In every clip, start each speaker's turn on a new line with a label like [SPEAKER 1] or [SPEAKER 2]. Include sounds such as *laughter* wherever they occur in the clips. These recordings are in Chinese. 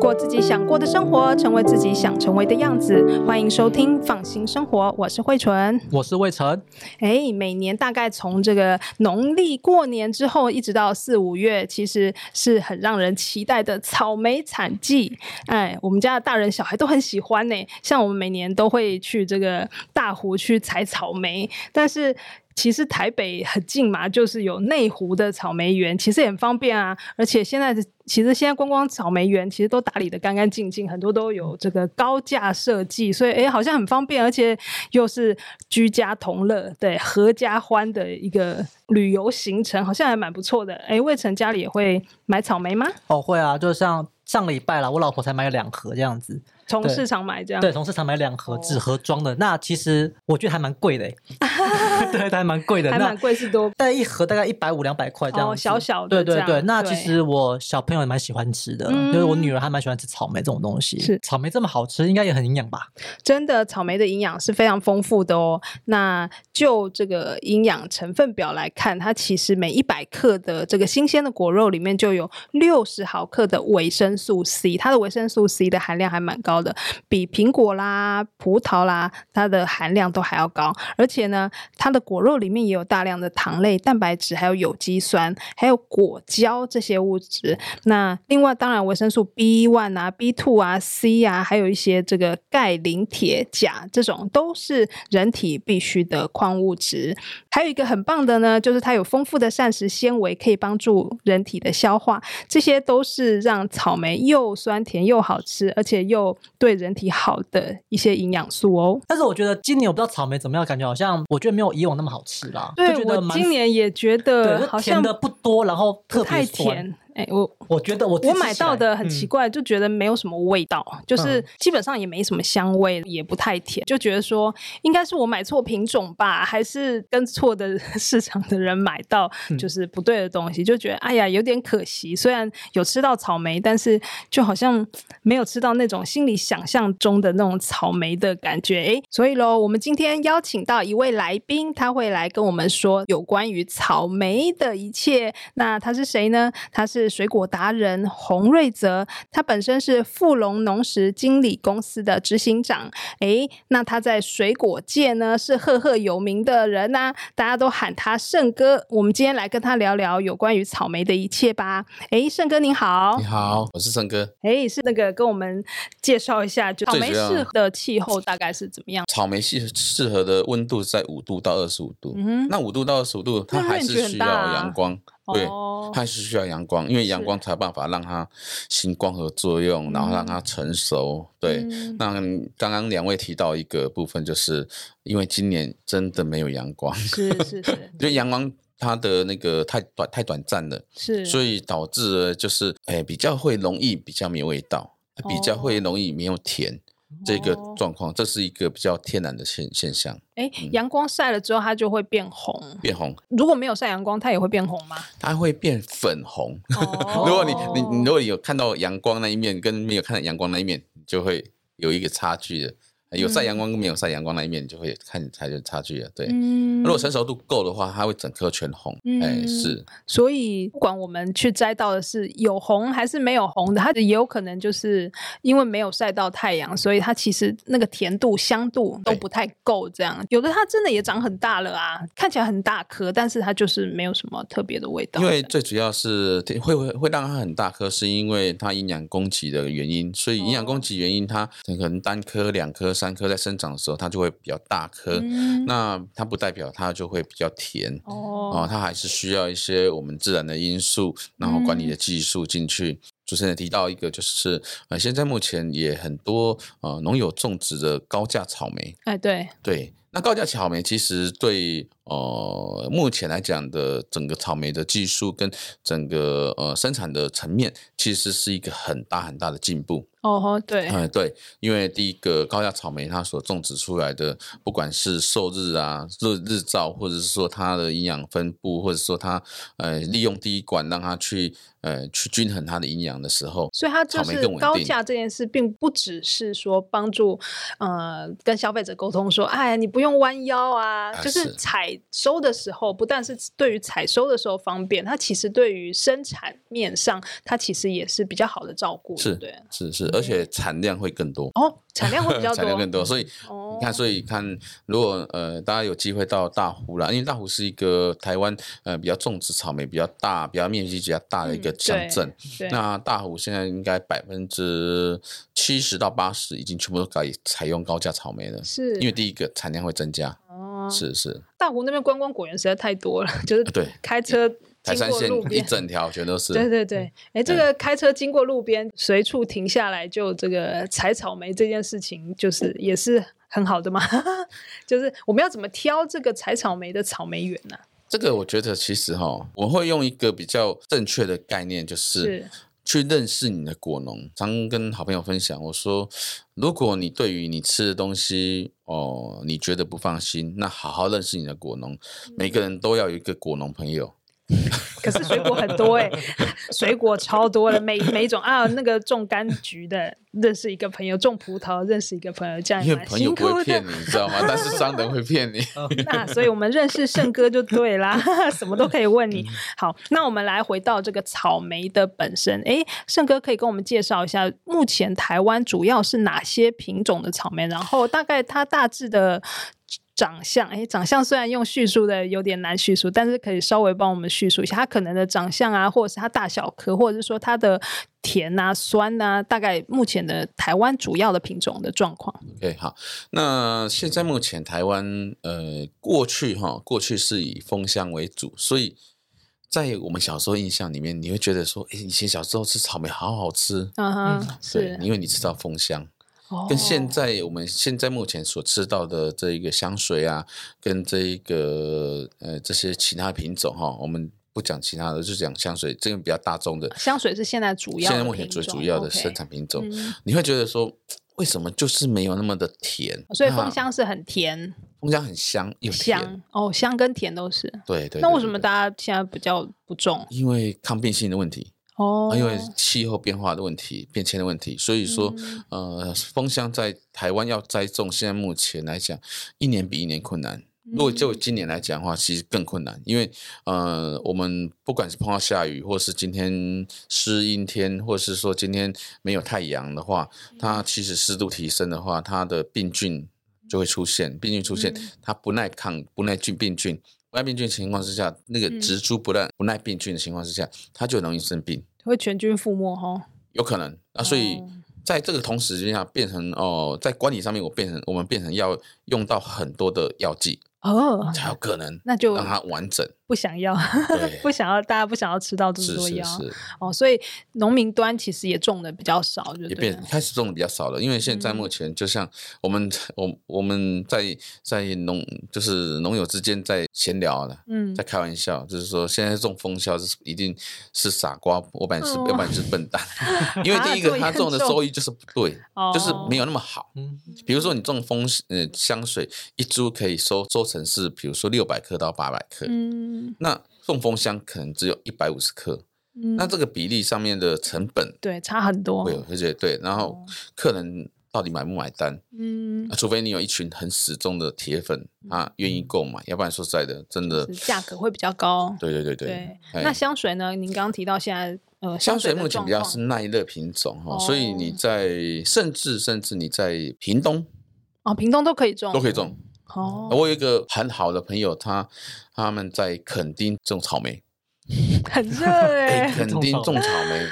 [SPEAKER 1] 过自己想过的生活，成为自己想成为的样子。欢迎收听《放心生活》，我是慧纯。
[SPEAKER 2] 我是魏晨，
[SPEAKER 1] 哎，每年大概从这个农历过年之后，一直到四五月，其实是很让人期待的草莓产季。哎，我们家的大人小孩都很喜欢呢、像我们每年都会去这个大湖去采草莓，但是。其实台北很近嘛，就是有内湖的草莓园，其实也很方便啊。而且现在的其实现在观光草莓园其实都打理的干干净净，很多都有这个高价设计，所以诶好像很方便，而且又是居家同乐，对，合家欢的一个旅游行程，好像还蛮不错的。诶，魏晨家里也会买草莓吗？
[SPEAKER 2] 哦，会啊，就像上礼拜啦，我老婆才买了两盒这样子，
[SPEAKER 1] 从
[SPEAKER 2] 对
[SPEAKER 1] 市场买这样？
[SPEAKER 2] 对，从市场买两盒
[SPEAKER 1] 哦
[SPEAKER 2] 纸盒装的，那其实我觉得还蛮贵的
[SPEAKER 1] *laughs*
[SPEAKER 2] 欸，对，还蛮贵的，
[SPEAKER 1] 还
[SPEAKER 2] 那
[SPEAKER 1] 蛮贵，是多
[SPEAKER 2] 但一盒大概一百五两百块这样子、
[SPEAKER 1] 哦，小小的
[SPEAKER 2] 对
[SPEAKER 1] 这
[SPEAKER 2] 对
[SPEAKER 1] 样。
[SPEAKER 2] 对，那其实我小朋友也蛮喜欢吃的，
[SPEAKER 1] 嗯
[SPEAKER 2] 就是我女儿还蛮喜欢吃草莓这种东西。
[SPEAKER 1] 是
[SPEAKER 2] 草莓这么好吃，应该也很营养吧？
[SPEAKER 1] 真的草莓的营养是非常丰富的哦。那就这个营养成分表来看，它其实每一百克的这个新鲜的果肉里面就有六十毫克的维生素 C，它的维生素 C 的含量还蛮高的，比苹果啦、葡萄啦，它的含量都还要高。而且呢，它的果肉里面也有大量的糖类、蛋白质，还有有机酸，还有果胶这些物质。那另外，当然维生素 B one 啊、B two 啊、C 啊，还有一些这个钙、磷、铁、钾这种，都是人体必需的矿物质。还有一个很棒的呢，就是它有丰富的膳食纤维，可以帮助人体的消化。这些都是让草莓又酸甜又好吃，而且又对人体好的一些营养素哦。
[SPEAKER 2] 但是我觉得今年我不知道草莓怎么样，感觉好像我觉得没有以往那么好吃啦。就
[SPEAKER 1] 对
[SPEAKER 2] 觉得
[SPEAKER 1] 我
[SPEAKER 2] 蛮
[SPEAKER 1] 今年也觉
[SPEAKER 2] 对，
[SPEAKER 1] 得
[SPEAKER 2] 就
[SPEAKER 1] 好
[SPEAKER 2] 甜
[SPEAKER 1] 像
[SPEAKER 2] 的不多，然后特
[SPEAKER 1] 不
[SPEAKER 2] 别
[SPEAKER 1] 太
[SPEAKER 2] 酸。
[SPEAKER 1] 甜。哎，我
[SPEAKER 2] 我觉得我
[SPEAKER 1] 我买到的很
[SPEAKER 2] 怪。
[SPEAKER 1] 奇
[SPEAKER 2] 嗯
[SPEAKER 1] 怪，就觉得没有什么味道，就是
[SPEAKER 2] 嗯
[SPEAKER 1] 基本上也没什么香味，也不太甜，就觉得说应该是我买错品种吧，还是跟错的 *laughs* 市场的人买到
[SPEAKER 2] 嗯
[SPEAKER 1] 就是不对的东西，就觉得哎呀有点可惜。虽然有吃到草莓，但是就好像没有吃到那种心里想象中的那种草莓的感觉。诶，所以喽，我们今天邀请到一位来宾，他会来跟我们说有关于草莓的一切。那他是谁呢？他是水果达人洪瑞泽，他本身是富隆农食经理公司的执行长。诶，那他在水果界呢是赫赫有名的人呐、大家都喊他圣哥。我们今天来跟他聊聊有关于草莓的一切吧。诶，圣哥您好
[SPEAKER 3] 你，好，我是盛哥。
[SPEAKER 1] 诶，是那个跟我们介绍一下，就草
[SPEAKER 3] 最
[SPEAKER 1] 莓
[SPEAKER 3] 主要
[SPEAKER 1] 适合的气候大概是怎么样？
[SPEAKER 3] 草莓适适合的温度是在五度到二十五度，
[SPEAKER 1] 嗯哼，
[SPEAKER 3] 那五度到二十五度，它
[SPEAKER 1] 那
[SPEAKER 3] 还
[SPEAKER 1] range
[SPEAKER 3] 是
[SPEAKER 1] 很
[SPEAKER 3] 需
[SPEAKER 1] 大啊
[SPEAKER 3] 要阳光，对，
[SPEAKER 1] 哦
[SPEAKER 3] 它，还是需要阳光，因为阳
[SPEAKER 1] 是
[SPEAKER 3] 光才有办法让它行光合作用，然后让它成熟。对， *laughs*
[SPEAKER 1] 嗯
[SPEAKER 3] 那刚刚两位提到一个部分，就是因为今年真的没有阳光， *laughs*
[SPEAKER 1] 是是是
[SPEAKER 3] 因为阳光它的那个太短太短暂了，
[SPEAKER 1] 是，
[SPEAKER 3] 所
[SPEAKER 1] 以
[SPEAKER 3] 以导致了就是哎比较会容易比较没有味道，比较会容易没有甜。这个
[SPEAKER 1] 哦
[SPEAKER 3] 状况，这是一个比较天然的现现象。
[SPEAKER 1] 诶，阳光晒了之后它就会变红，
[SPEAKER 3] 变红，
[SPEAKER 1] 如果没有晒阳光，它也会变红
[SPEAKER 3] *laughs*
[SPEAKER 1] 吗？
[SPEAKER 3] 它会变粉红。
[SPEAKER 1] 哦
[SPEAKER 3] *laughs* 如果你你你如果你有看到阳光那一面，跟没有看到阳光那一面，你就会有一个差距的。有晒阳光跟没有晒阳光那一面，你就会看它就差距了。对，
[SPEAKER 1] 嗯，
[SPEAKER 3] 如果成熟度够的话，它会整颗全红。
[SPEAKER 1] 嗯
[SPEAKER 3] 哎，是
[SPEAKER 1] 所以不管我们去摘到的是有红还是没有红的，它也有可能就是因为没有晒到太阳，所以它其实那个甜度、香度都
[SPEAKER 3] 对
[SPEAKER 1] 不太够。这样，有的它真的也长很大了啊，看起来很大颗，但是它就是没有什么特别的味道。
[SPEAKER 3] 因为最主要是会会会让它很大颗，是因为它营养供给的原因。所以营养
[SPEAKER 1] 哦
[SPEAKER 3] 供给原因，它可能单颗、两颗、三颗在生长的时候，它就会比较大颗。
[SPEAKER 1] 嗯，
[SPEAKER 3] 那它不代表它就会比较甜。哦
[SPEAKER 1] 哦，，
[SPEAKER 3] 它还是需要一些我们自然的因素，然后管理的
[SPEAKER 1] 嗯
[SPEAKER 3] 技术进去。主持人也提到一个，就是呃，现在目前也很多呃农友种植的高价草莓，
[SPEAKER 1] 哎，对，
[SPEAKER 3] 对，那高价草莓其实对呃目前来讲的整个草莓的技术跟整个呃生产的层面，其实是一个很大很大的进步。
[SPEAKER 1] 哦吼，对，
[SPEAKER 3] 嗯，对，因为第一个高价草莓它所种植出来的，不管是受日啊、日日照，或者是说它的营养分布，或者说它呃利用滴管让它去呃去均衡它的营养的时候，
[SPEAKER 1] 所以它就
[SPEAKER 3] 草莓
[SPEAKER 1] 是
[SPEAKER 3] 更稳
[SPEAKER 1] 高
[SPEAKER 3] 定
[SPEAKER 1] 价这件事，并不只是说帮助呃跟消费者沟通说，哎，你不用弯腰啊，
[SPEAKER 3] 啊
[SPEAKER 1] 就是
[SPEAKER 3] 是
[SPEAKER 1] 采收的时候，不但是对于采收的时候方便，它其实对于生产面上，它其实也是比较好的照顾，对
[SPEAKER 3] 是
[SPEAKER 1] 不对？
[SPEAKER 3] 是是，而且产量会更多，
[SPEAKER 1] 哦，产量会比较多，
[SPEAKER 3] *laughs* 产量更多，所以
[SPEAKER 1] 哦
[SPEAKER 3] 你看，所以看，如果呃大家有机会到大湖啦，因为大湖是一个台湾呃比较种植草莓比较大、比较面积比较大的一个
[SPEAKER 1] 嗯
[SPEAKER 3] 乡
[SPEAKER 1] 对
[SPEAKER 3] 镇。
[SPEAKER 1] 对
[SPEAKER 3] 那大湖现在应该百分之七十到八十已经全部都改采用高价草莓了，
[SPEAKER 1] 是
[SPEAKER 3] 因为第一个产量会增加，
[SPEAKER 1] 哦，
[SPEAKER 3] 是是，
[SPEAKER 1] 大湖那边观光果园实在太多了， *laughs* 就是
[SPEAKER 3] 啊对
[SPEAKER 1] 开车
[SPEAKER 3] 台
[SPEAKER 1] 经
[SPEAKER 3] 山
[SPEAKER 1] 过
[SPEAKER 3] 县
[SPEAKER 1] 路
[SPEAKER 3] 一
[SPEAKER 1] 边。
[SPEAKER 3] 整条
[SPEAKER 1] *laughs*
[SPEAKER 3] 全
[SPEAKER 1] 对
[SPEAKER 3] 都是，
[SPEAKER 1] 对对，哎，这个开车经过路边，随处停下来就这个采草莓这件事情，就是也是很好的嘛。 *laughs* 就是我们要怎么挑这个采草莓的草莓园呢、
[SPEAKER 3] 这个我觉得其实哈，我会用一个比较正确的概念，就是
[SPEAKER 1] 是
[SPEAKER 3] 去认识你的果农。常跟好朋友分享，我说，如果你对于你吃的东西哦，你觉得不放心，那好好认识你的果农。
[SPEAKER 1] 嗯
[SPEAKER 3] 每个人都要有一个果农朋友，
[SPEAKER 1] 可是水果很多哎、 *laughs* 水果超多的，每每一种啊，那个种柑橘的认识一个朋友，种葡萄认识一个朋友，这样也
[SPEAKER 3] 因为
[SPEAKER 1] 哎蛮
[SPEAKER 3] 朋友
[SPEAKER 1] 辛
[SPEAKER 3] 不会
[SPEAKER 1] 苦
[SPEAKER 3] 骗
[SPEAKER 1] 的。
[SPEAKER 3] 你，你知道吗？但是商人会骗你。
[SPEAKER 1] *laughs* 那所以我们认识胜哥就对啦， *laughs* 什么都可以问
[SPEAKER 3] 嗯
[SPEAKER 1] 你。好，那我们来回到这个草莓的本身。诶，胜哥可以跟我们介绍一下，目前台湾主要是哪些品种的草莓？然后大概它大致的长相，诶，长相虽然用叙述的有点难叙述，但是可以稍微帮我们叙述一下它可能的长相啊，或者是它大小颗，或者是说它的甜啊、酸啊，大概目前的台湾主要的品种的状况。
[SPEAKER 3] OK，好，那现在目前台湾呃，过去哈，过去是以风香为主，所以在我们小时候印象里面，你会觉得说，诶，以前小时候吃草莓好好吃，
[SPEAKER 1] 嗯哼，
[SPEAKER 3] 对
[SPEAKER 1] 是，，
[SPEAKER 3] 因为你吃到风香，
[SPEAKER 1] 哦
[SPEAKER 3] 跟现在我们现在目前所吃到的这一个香水啊，跟这一个呃这些其他品种哈，我们不讲其他的，就讲香水这个比较大众的，
[SPEAKER 1] 香水是现在啊主要
[SPEAKER 3] 现
[SPEAKER 1] 的品
[SPEAKER 3] 在
[SPEAKER 1] 种，
[SPEAKER 3] 目前最主要的生
[SPEAKER 1] OK
[SPEAKER 3] 产品种，
[SPEAKER 1] 嗯
[SPEAKER 3] 你会觉得说。为什么就是没有那么的甜？
[SPEAKER 1] 哦所以
[SPEAKER 3] 那
[SPEAKER 1] 枫香是很甜，
[SPEAKER 3] 枫香很香啊又甜，
[SPEAKER 1] 香哦，香跟甜都是。
[SPEAKER 3] 对对
[SPEAKER 1] 那
[SPEAKER 3] 对
[SPEAKER 1] 为什么
[SPEAKER 3] 对
[SPEAKER 1] 大家现在比较不种？
[SPEAKER 3] 因为抗病性的问题，啊
[SPEAKER 1] 哦，
[SPEAKER 3] 因为气候变化的问题、变迁的问题，所以说，
[SPEAKER 1] 嗯
[SPEAKER 3] 呃，枫香在台湾要栽种，现在目前来讲，一年比一年困难。如果
[SPEAKER 1] 嗯
[SPEAKER 3] 就今年来讲的话，其实更困难，因为呃，我们不管是碰到下雨，或是今天湿阴天，或是说今天没有太阳的话，
[SPEAKER 1] 嗯
[SPEAKER 3] 它其实湿度提升的话，它的病菌就会出现，病菌出现，
[SPEAKER 1] 嗯
[SPEAKER 3] 它不耐抗、不耐菌病菌。不耐病菌的情况之下，那个
[SPEAKER 1] 嗯
[SPEAKER 3] 植株不耐、不耐病菌的情况之下，它就容易生病，
[SPEAKER 1] 嗯会全军覆没哈。
[SPEAKER 3] 有可能。那啊所以
[SPEAKER 1] 哦
[SPEAKER 3] 在这个同时之下，变成哦，在管理上面，我变成我们变成要用到很多的药剂，
[SPEAKER 1] 哦，
[SPEAKER 3] 才有可能
[SPEAKER 1] 那就
[SPEAKER 3] 让它完
[SPEAKER 1] *laughs*
[SPEAKER 3] 整。
[SPEAKER 1] 不想要，
[SPEAKER 3] 对
[SPEAKER 1] 不想要，大家不想要吃到这么
[SPEAKER 3] 是
[SPEAKER 1] 多
[SPEAKER 3] 是
[SPEAKER 1] 药
[SPEAKER 3] 是，
[SPEAKER 1] 哦，所以农民端其实也种的比较少，就
[SPEAKER 3] 也
[SPEAKER 1] 对嗯
[SPEAKER 3] 变
[SPEAKER 1] 了。
[SPEAKER 3] 开始种的比较少了，因为现在目前就像我们我我们在在农就是农友之间在闲聊了。
[SPEAKER 1] 嗯
[SPEAKER 3] 在，开玩笑，就是说现在种风销是一定是傻瓜，要不然是、
[SPEAKER 1] 哦
[SPEAKER 3] 要不然是笨蛋，因为
[SPEAKER 1] 啊
[SPEAKER 3] 第一个
[SPEAKER 1] 这么
[SPEAKER 3] 他
[SPEAKER 1] *laughs*
[SPEAKER 3] 种的
[SPEAKER 1] 严重
[SPEAKER 3] 收益就是不对，
[SPEAKER 1] 哦
[SPEAKER 3] 就是没有那么好。
[SPEAKER 2] 嗯，
[SPEAKER 3] 比如说你种风呃香水一株可以收收成是，比如说六百克到八百克，
[SPEAKER 1] 嗯
[SPEAKER 3] 那种风香可能只有一百五十克，
[SPEAKER 1] 嗯，哦
[SPEAKER 3] 那这个比例上面的成本
[SPEAKER 1] 对差很多
[SPEAKER 3] 会。有，而且对，然后客人到底买不买单？
[SPEAKER 1] 哦嗯
[SPEAKER 3] 啊，除非你有一群很死忠的铁粉，他愿意购买，要不然说实在的，真的
[SPEAKER 1] 嗯是，价格会比较高。
[SPEAKER 3] 对对对
[SPEAKER 1] 对
[SPEAKER 3] 对，，哎
[SPEAKER 1] 那香水呢？您刚刚提到现在呃，
[SPEAKER 3] 香水
[SPEAKER 1] 的
[SPEAKER 3] 目前比
[SPEAKER 1] 状
[SPEAKER 3] 较
[SPEAKER 1] 况
[SPEAKER 3] 是耐热品种哈，
[SPEAKER 1] 哦
[SPEAKER 3] 所以你在甚至甚至你在屏东
[SPEAKER 1] 哦，屏东都可以种，
[SPEAKER 3] 都可以嗯种。
[SPEAKER 1] 哦，
[SPEAKER 3] 我有一个很好的朋友，他他们在垦丁种草
[SPEAKER 1] *laughs*
[SPEAKER 3] 莓，
[SPEAKER 1] 很热
[SPEAKER 3] 哎、
[SPEAKER 1] 哎、
[SPEAKER 3] 垦丁种草莓，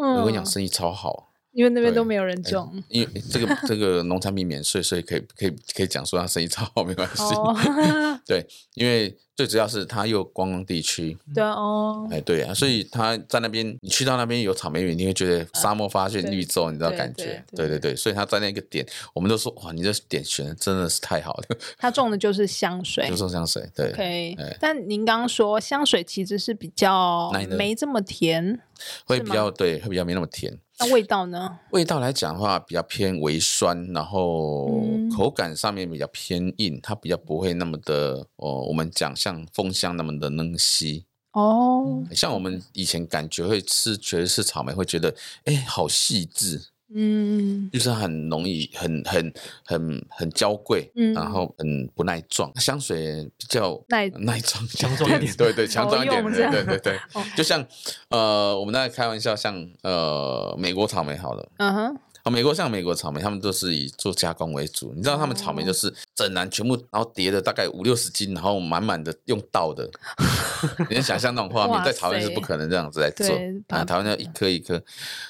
[SPEAKER 1] 嗯，
[SPEAKER 3] 我跟你讲生意超好。
[SPEAKER 1] 因为那边都
[SPEAKER 3] 对
[SPEAKER 1] 没有人
[SPEAKER 3] 哎
[SPEAKER 1] 种。
[SPEAKER 3] 因为这个这个农产品免税，所以可以可以可以讲说他生意超好，没关系。
[SPEAKER 1] 哦，
[SPEAKER 3] *laughs* 对，因为最主要是他又观光地区，
[SPEAKER 1] 对哦，
[SPEAKER 3] 哎，对啊，所以他在那边，你去到那边有草莓园，你会觉得沙漠发现
[SPEAKER 1] 呃对
[SPEAKER 3] 绿洲，你知道
[SPEAKER 1] 对
[SPEAKER 3] 感
[SPEAKER 1] 对
[SPEAKER 3] 觉？
[SPEAKER 1] 对
[SPEAKER 3] 对对对，所以他在那个点，我们都说哇，你这点选的真的是太好了，
[SPEAKER 1] 他种的就是香水
[SPEAKER 3] 就。送香水，对
[SPEAKER 1] OK，
[SPEAKER 3] 哎
[SPEAKER 1] 但您刚刚说香水其实是比较
[SPEAKER 3] 奶的
[SPEAKER 1] 没这么甜，
[SPEAKER 3] 会
[SPEAKER 1] 是
[SPEAKER 3] 比
[SPEAKER 1] 吗
[SPEAKER 3] 较对，会比较没那么甜。
[SPEAKER 1] 那味道呢？
[SPEAKER 3] 味道来讲的话，比较偏微酸，然后
[SPEAKER 1] 嗯
[SPEAKER 3] 口感上面比较偏硬，它比较不会那么的哦，我们讲像枫香那么的嫩稀。
[SPEAKER 1] 哦，嗯
[SPEAKER 3] 像我们以前感觉会吃，觉得是草莓，会觉得哎，好细致，
[SPEAKER 1] 嗯
[SPEAKER 3] 就是很容易、很很很很娇贵，
[SPEAKER 1] 嗯
[SPEAKER 3] 然后很不耐撞。香水比较
[SPEAKER 1] 耐
[SPEAKER 3] 耐撞、
[SPEAKER 2] 强壮一点
[SPEAKER 3] *laughs* 对对，强壮一点，
[SPEAKER 1] 好用这
[SPEAKER 3] 对
[SPEAKER 1] 样
[SPEAKER 3] 对对对
[SPEAKER 1] 哦。
[SPEAKER 3] 就像呃，我们大家开玩笑，像呃美国草莓好了。
[SPEAKER 1] 嗯哼，
[SPEAKER 3] 啊，美国像美国草莓，他们都是以做加工为主。你知道他们草
[SPEAKER 1] 哦
[SPEAKER 3] 莓就是整篮全部，然后叠的大概五六十斤，然后满满的用
[SPEAKER 1] *laughs*
[SPEAKER 3] 倒的。你能想象那种画面，
[SPEAKER 1] 哇
[SPEAKER 3] 在台湾是
[SPEAKER 1] 塞
[SPEAKER 3] 不可能这样子来做
[SPEAKER 1] 对。把
[SPEAKER 3] 啊，台湾要一颗一颗，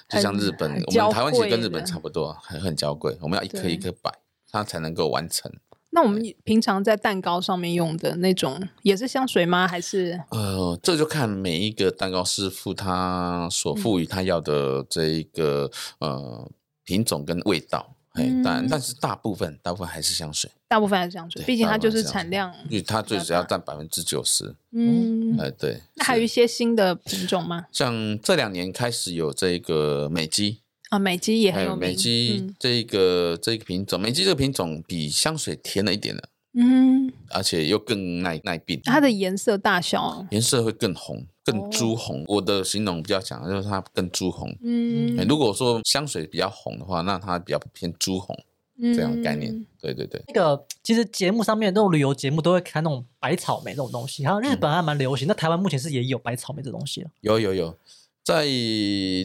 [SPEAKER 3] 就像日本，
[SPEAKER 1] 很
[SPEAKER 3] 我们台湾其
[SPEAKER 1] 娇贵
[SPEAKER 3] 实跟日本
[SPEAKER 1] 的
[SPEAKER 3] 差不多，很很娇贵。我们要一颗
[SPEAKER 1] 对
[SPEAKER 3] 一颗摆，它才能够完成。
[SPEAKER 1] 那我们平常在蛋糕上面用的那种也是香水吗？还是
[SPEAKER 3] 呃，这就看每一个蛋糕师傅他
[SPEAKER 1] 嗯
[SPEAKER 3] 所赋予他要的这一个、呃品种跟味道。哎，但
[SPEAKER 1] 嗯
[SPEAKER 3] 但是大部分大部分还是香水。
[SPEAKER 1] 大部分还是香水？
[SPEAKER 3] 对
[SPEAKER 1] 毕竟它
[SPEAKER 3] 大部
[SPEAKER 1] 就
[SPEAKER 3] 分
[SPEAKER 1] 是
[SPEAKER 3] 香
[SPEAKER 1] 产
[SPEAKER 3] 水嗯
[SPEAKER 1] 量。
[SPEAKER 3] 因为它最
[SPEAKER 1] 比较
[SPEAKER 3] 只要
[SPEAKER 1] 大
[SPEAKER 3] 占百分之九十。
[SPEAKER 1] 嗯，
[SPEAKER 3] 哎，对。
[SPEAKER 1] 那还有
[SPEAKER 3] 是
[SPEAKER 1] 一些新的品种吗？
[SPEAKER 3] 像这两年开始有这个美肌，
[SPEAKER 1] 啊，美肌也很
[SPEAKER 3] 还
[SPEAKER 1] 有
[SPEAKER 3] 有美
[SPEAKER 1] 名嗯
[SPEAKER 3] 肌这个、这个品种，美肌这个品种比香水甜了一点了，
[SPEAKER 1] 嗯，嗯
[SPEAKER 3] 而且又更耐耐病。
[SPEAKER 1] 它的颜色大小，
[SPEAKER 3] 颜色会更红，
[SPEAKER 1] 哦
[SPEAKER 3] 更朱红。我的形容比较强，就是它更朱红。
[SPEAKER 1] 嗯
[SPEAKER 3] 哎，如果说香水比较红的话，那它比较偏朱红这样的概念。
[SPEAKER 1] 嗯
[SPEAKER 3] 对对对，
[SPEAKER 2] 那个其实节目上面那种旅游节目都会开那种白草莓这种东西，然后日
[SPEAKER 3] 嗯
[SPEAKER 2] 本还蛮流行，那台湾目前是也有白草莓这东西了。
[SPEAKER 3] 有有有，在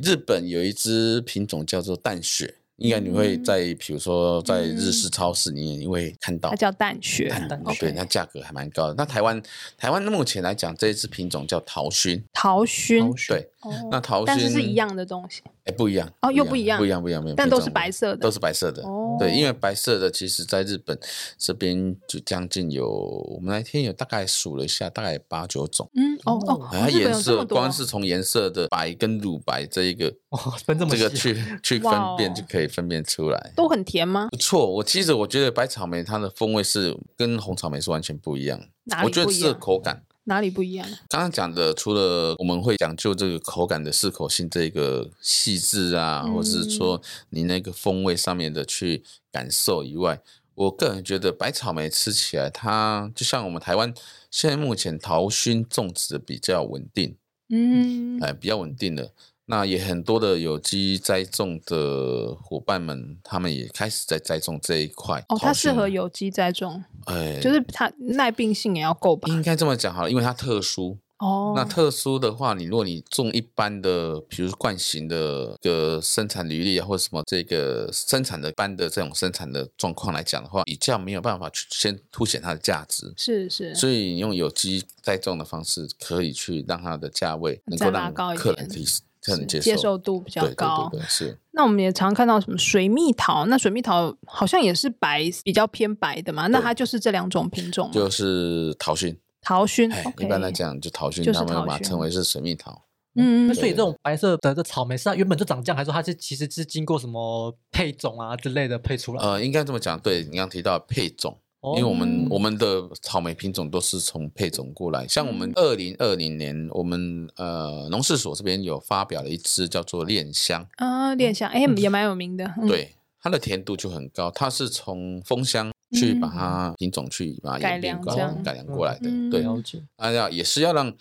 [SPEAKER 3] 日本有一只品种叫做淡雪，应该你会
[SPEAKER 1] 嗯
[SPEAKER 3] 在比如说在日式超市里面会看到
[SPEAKER 1] 它。叫淡雪，
[SPEAKER 2] 淡
[SPEAKER 3] 哦对，
[SPEAKER 1] OK
[SPEAKER 3] 它价格还蛮高的。那台湾台湾目前来讲，这一只品种叫桃熏，
[SPEAKER 1] 桃熏
[SPEAKER 2] 好，选
[SPEAKER 3] 嗯对，
[SPEAKER 1] 哦
[SPEAKER 3] 那桃熏
[SPEAKER 1] 但是是一，样的东西
[SPEAKER 3] 哎，不一样
[SPEAKER 1] 哦又
[SPEAKER 3] 不
[SPEAKER 1] 不
[SPEAKER 3] 一
[SPEAKER 1] 一
[SPEAKER 3] 样，不一样，不一样，
[SPEAKER 1] 但都是
[SPEAKER 3] 品种不一样
[SPEAKER 1] 白色的
[SPEAKER 3] 都是白色的，
[SPEAKER 1] 哦。
[SPEAKER 3] 对，因为白色的其实在日本这边就将近有，我们那天有大概数了一下，大概有八九种。
[SPEAKER 1] 嗯哦
[SPEAKER 2] 哦
[SPEAKER 1] 哦，
[SPEAKER 3] 哎它
[SPEAKER 1] 日本
[SPEAKER 3] 颜
[SPEAKER 1] 有这么
[SPEAKER 3] 色
[SPEAKER 1] 多
[SPEAKER 3] 光是从颜色的白跟乳白这一个
[SPEAKER 2] 哦，分这么
[SPEAKER 3] 这个
[SPEAKER 1] *laughs*
[SPEAKER 2] 细
[SPEAKER 3] 去去分
[SPEAKER 1] 哇哦
[SPEAKER 3] 辨就可以分辨出来。
[SPEAKER 1] 都很甜吗？
[SPEAKER 3] 不错，我其实我觉得白草莓它的风味是跟红草莓是完全不一样，
[SPEAKER 1] 哪
[SPEAKER 3] 我
[SPEAKER 1] 里
[SPEAKER 3] 觉
[SPEAKER 1] 不
[SPEAKER 3] 得
[SPEAKER 1] 一
[SPEAKER 3] 吃的
[SPEAKER 1] 样？
[SPEAKER 3] 口感。
[SPEAKER 1] 哪里不一样？
[SPEAKER 3] 刚刚讲的，除了我们会讲究这个口感的适口性，这个细致啊，
[SPEAKER 1] 嗯
[SPEAKER 3] 或者是说你那个风味上面的去感受以外，我个人觉得白草莓吃起来，它就像我们台湾现在目前桃熏种植的比较稳定，
[SPEAKER 1] 嗯
[SPEAKER 3] 哎、比较稳定的。那也很多的有机栽种的伙伴们，他们也开始在栽种这一块。
[SPEAKER 1] 哦，它
[SPEAKER 3] 桃熏
[SPEAKER 1] 适
[SPEAKER 3] 啊
[SPEAKER 1] 合，有机栽种，
[SPEAKER 3] 哎，
[SPEAKER 1] 就是它耐病性也要够吧？
[SPEAKER 3] 应该这么讲好了，因为它特殊，
[SPEAKER 1] 哦，
[SPEAKER 3] 那特殊的话，你如果你种一般的，比如说惯型的一个生产履历啊，或者什么这个生产的般的这种生产的状况来讲的话，比较没有办法去先凸显它的价值。
[SPEAKER 1] 是是，
[SPEAKER 3] 所以你用有机栽种的方式，可以去让它的价位能够
[SPEAKER 1] 再拉
[SPEAKER 3] 让
[SPEAKER 1] 高一
[SPEAKER 3] 客
[SPEAKER 1] 点
[SPEAKER 3] 人提客人
[SPEAKER 1] 是
[SPEAKER 3] 接
[SPEAKER 1] 接
[SPEAKER 3] 受
[SPEAKER 1] 受度比较
[SPEAKER 3] 对对
[SPEAKER 1] 高。
[SPEAKER 3] 对对是
[SPEAKER 1] 那我们也常看到什么水蜜桃，那水蜜桃好像也是白，比较偏白的嘛。那它就是这两种品种吗，
[SPEAKER 3] 就是桃熏，
[SPEAKER 1] 桃熏
[SPEAKER 3] 哎。
[SPEAKER 1] 嗯 OK
[SPEAKER 3] 一般来，讲就桃熏，
[SPEAKER 1] 就是
[SPEAKER 3] 他们
[SPEAKER 1] 桃
[SPEAKER 3] 把它
[SPEAKER 1] 熏
[SPEAKER 3] 称为是水蜜桃。
[SPEAKER 1] 嗯
[SPEAKER 2] 那
[SPEAKER 1] 嗯
[SPEAKER 2] 所以这种白色的这草莓是它原本就长这样，还是说它是其实是经过什么配种啊之类的配出来？
[SPEAKER 3] 呃，应该这么讲，对你刚刚提到的配种，
[SPEAKER 2] 哦
[SPEAKER 3] 因为我们
[SPEAKER 1] 嗯
[SPEAKER 3] 我们的草莓品种都是从配种过来，像我
[SPEAKER 1] 嗯
[SPEAKER 3] 们二零二零年，我们呃农事所这边有发表了一支叫做恋香，
[SPEAKER 1] 啊，恋香哎也蛮有名的，嗯，
[SPEAKER 3] 对它的甜度就很高，它是从枫香去把它品种去把它
[SPEAKER 1] 嗯改
[SPEAKER 3] 演变
[SPEAKER 1] 良
[SPEAKER 3] 过
[SPEAKER 1] 这
[SPEAKER 3] 来
[SPEAKER 1] 样
[SPEAKER 3] 改良过来的，
[SPEAKER 1] 嗯
[SPEAKER 3] 对，
[SPEAKER 2] 了解。
[SPEAKER 3] 大家也啊是要让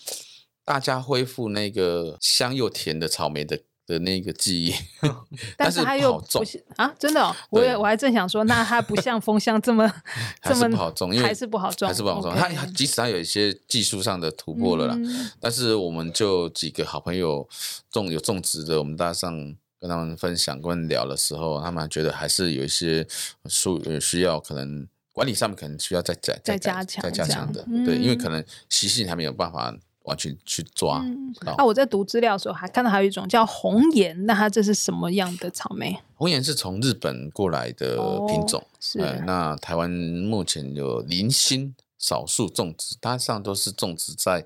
[SPEAKER 3] 大家恢复那个香又甜的草莓的的那个记忆，
[SPEAKER 1] 但
[SPEAKER 3] 是
[SPEAKER 1] 它
[SPEAKER 3] 不
[SPEAKER 1] 又
[SPEAKER 3] 好
[SPEAKER 1] 不
[SPEAKER 3] 种，
[SPEAKER 1] 是啊，真的哦，我也
[SPEAKER 3] 对
[SPEAKER 1] 我还正想说，那它不像风箱这么
[SPEAKER 3] *laughs* 还
[SPEAKER 1] 这
[SPEAKER 3] 是
[SPEAKER 1] 么
[SPEAKER 3] 不好种，因为
[SPEAKER 1] 还是不好种，
[SPEAKER 3] 还是不好种。它
[SPEAKER 1] OK
[SPEAKER 3] 它即使它有一些技术上的突破了啦，
[SPEAKER 1] 嗯
[SPEAKER 3] 但是我们就几个好朋友种有种植的，我们大家上跟他们分享、跟他们聊的时候，他们还觉得还是有一些数呃需要可能。管理上面可能需要再再
[SPEAKER 1] 再
[SPEAKER 3] 改
[SPEAKER 1] 加强
[SPEAKER 3] 再加强的
[SPEAKER 1] 这，样
[SPEAKER 3] 对，因为
[SPEAKER 1] 嗯
[SPEAKER 3] 可能习性还没有办法完全去抓
[SPEAKER 1] 嗯
[SPEAKER 3] 到
[SPEAKER 1] 啊，。我在读资料的时候还看到还有一种叫红颜，那它这是什么样的草莓？
[SPEAKER 3] 红眼是从日本过来的呃
[SPEAKER 1] 哦
[SPEAKER 3] 品种，
[SPEAKER 1] 是
[SPEAKER 3] 呃，那台湾目前有零星少数种植，它上都是种植在，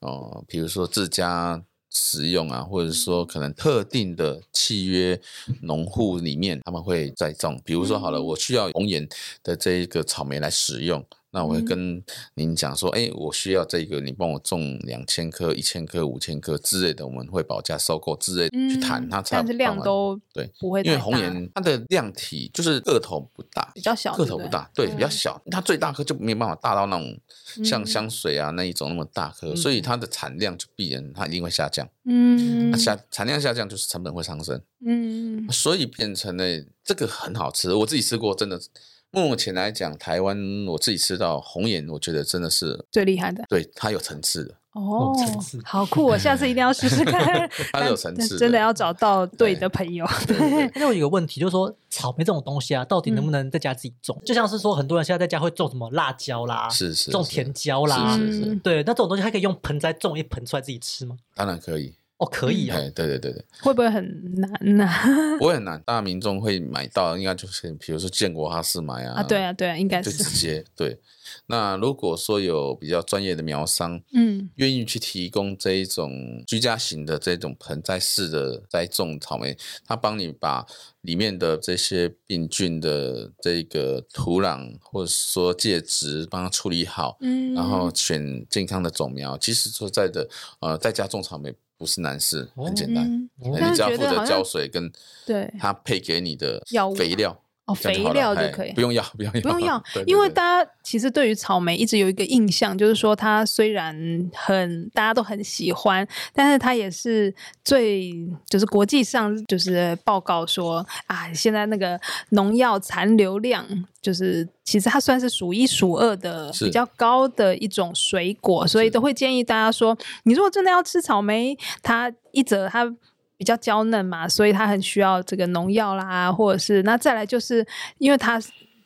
[SPEAKER 3] 呃，比如说自家食用啊，或者说可能特定的契约农户里面他们会栽种。比如说好了，我需要红眼的这一个草莓来使用，那我会
[SPEAKER 1] 嗯
[SPEAKER 3] 跟您讲说，哎、我需要这个，你帮我种两千颗、一千颗、五千颗之类的，我们会保价收购之类的去谈，它
[SPEAKER 1] 嗯
[SPEAKER 3] 才
[SPEAKER 1] 但是
[SPEAKER 3] 有办
[SPEAKER 1] 量
[SPEAKER 3] 法
[SPEAKER 1] 都
[SPEAKER 3] 对
[SPEAKER 1] 不会
[SPEAKER 3] 因
[SPEAKER 1] 太
[SPEAKER 3] 为
[SPEAKER 1] 大，
[SPEAKER 3] 红颜它的量体就是个头不大，
[SPEAKER 1] 比较小，
[SPEAKER 3] 个
[SPEAKER 1] 对
[SPEAKER 3] 头
[SPEAKER 1] 不
[SPEAKER 3] 不
[SPEAKER 1] 对，
[SPEAKER 3] 大，对，比较
[SPEAKER 1] 嗯
[SPEAKER 3] 小。它最大颗就没有办法大到那种像
[SPEAKER 1] 嗯
[SPEAKER 3] 香水啊那一种那么大颗，所以它的产量就必然它一定会下降。
[SPEAKER 1] 嗯
[SPEAKER 3] 那下产量下降就是成本会上升，
[SPEAKER 1] 嗯
[SPEAKER 3] 所以变成了这个很好吃。我自己吃过，真的。目前来讲，台湾我自己吃到红眼，我觉得真的是
[SPEAKER 1] 最厉害的
[SPEAKER 3] 对它有层次的，，
[SPEAKER 1] 哦
[SPEAKER 2] 层次，
[SPEAKER 1] 好酷！我下次一定要试试看
[SPEAKER 3] *laughs* 它是有层次的
[SPEAKER 1] 真的要找到对
[SPEAKER 3] 对
[SPEAKER 1] 的朋友。 *laughs*
[SPEAKER 2] 那我有一个问题，就是说草莓这种东西啊，到底能不能在家自己种？就像是说，很多人现在在家会种什么辣椒啦，
[SPEAKER 3] 是是
[SPEAKER 2] 种
[SPEAKER 3] 是
[SPEAKER 2] 甜椒啦，
[SPEAKER 3] 是是是
[SPEAKER 1] 嗯，
[SPEAKER 2] 对，那这种东西还可以用盆栽种一盆出来自己吃吗？
[SPEAKER 3] 当然可以。
[SPEAKER 2] 哦，可以哦，
[SPEAKER 3] 哎，对对
[SPEAKER 1] *laughs*
[SPEAKER 3] 对对，
[SPEAKER 1] 会不会很难呢？
[SPEAKER 3] 不会很难，大家民众会买到，应该就是比如说建国哈士买
[SPEAKER 1] 啊，对啊，对啊，应该
[SPEAKER 3] 就直
[SPEAKER 1] 是，
[SPEAKER 3] 接嗯对。那如果说有比较专业的苗商
[SPEAKER 1] 嗯
[SPEAKER 3] 愿意去提供这一种居家型的这种盆栽式的栽种草莓，它帮你把里面的这些病菌的这个土壤或者说介质帮它处理好，
[SPEAKER 1] 嗯，
[SPEAKER 3] 然后选健康的种苗。其实说在的，呃，在家种草莓不是难事，很简单。
[SPEAKER 1] 嗯
[SPEAKER 2] 哦
[SPEAKER 3] 哎
[SPEAKER 1] 但
[SPEAKER 3] 你
[SPEAKER 1] 是
[SPEAKER 3] 只要
[SPEAKER 1] 觉
[SPEAKER 3] 负
[SPEAKER 1] 得好
[SPEAKER 3] 责
[SPEAKER 1] 像
[SPEAKER 3] 浇水，跟
[SPEAKER 1] 对
[SPEAKER 3] 它配给你的
[SPEAKER 1] 药物
[SPEAKER 3] 肥料，
[SPEAKER 1] 哦，
[SPEAKER 3] 这
[SPEAKER 1] 肥
[SPEAKER 3] 样好了
[SPEAKER 1] 料就
[SPEAKER 3] 哎
[SPEAKER 1] 可以
[SPEAKER 3] 不。用药，不用药，，
[SPEAKER 1] 不用药
[SPEAKER 3] 对对
[SPEAKER 1] 因为
[SPEAKER 3] 对
[SPEAKER 1] 大家其实对于草莓一直有一个印象，就是说它虽然很大家都很喜欢，但是它也是最就是国际上就是报告说啊，现在那个农药残留量就是其实它算是数一数二的
[SPEAKER 3] 是
[SPEAKER 1] 比较高的一种水果，所以
[SPEAKER 3] 是
[SPEAKER 1] 都会建议大家说，你如果真的要吃草莓，它一则它比较娇嫩嘛，所以它很需要这个农药啦，或者是那再来就是因为它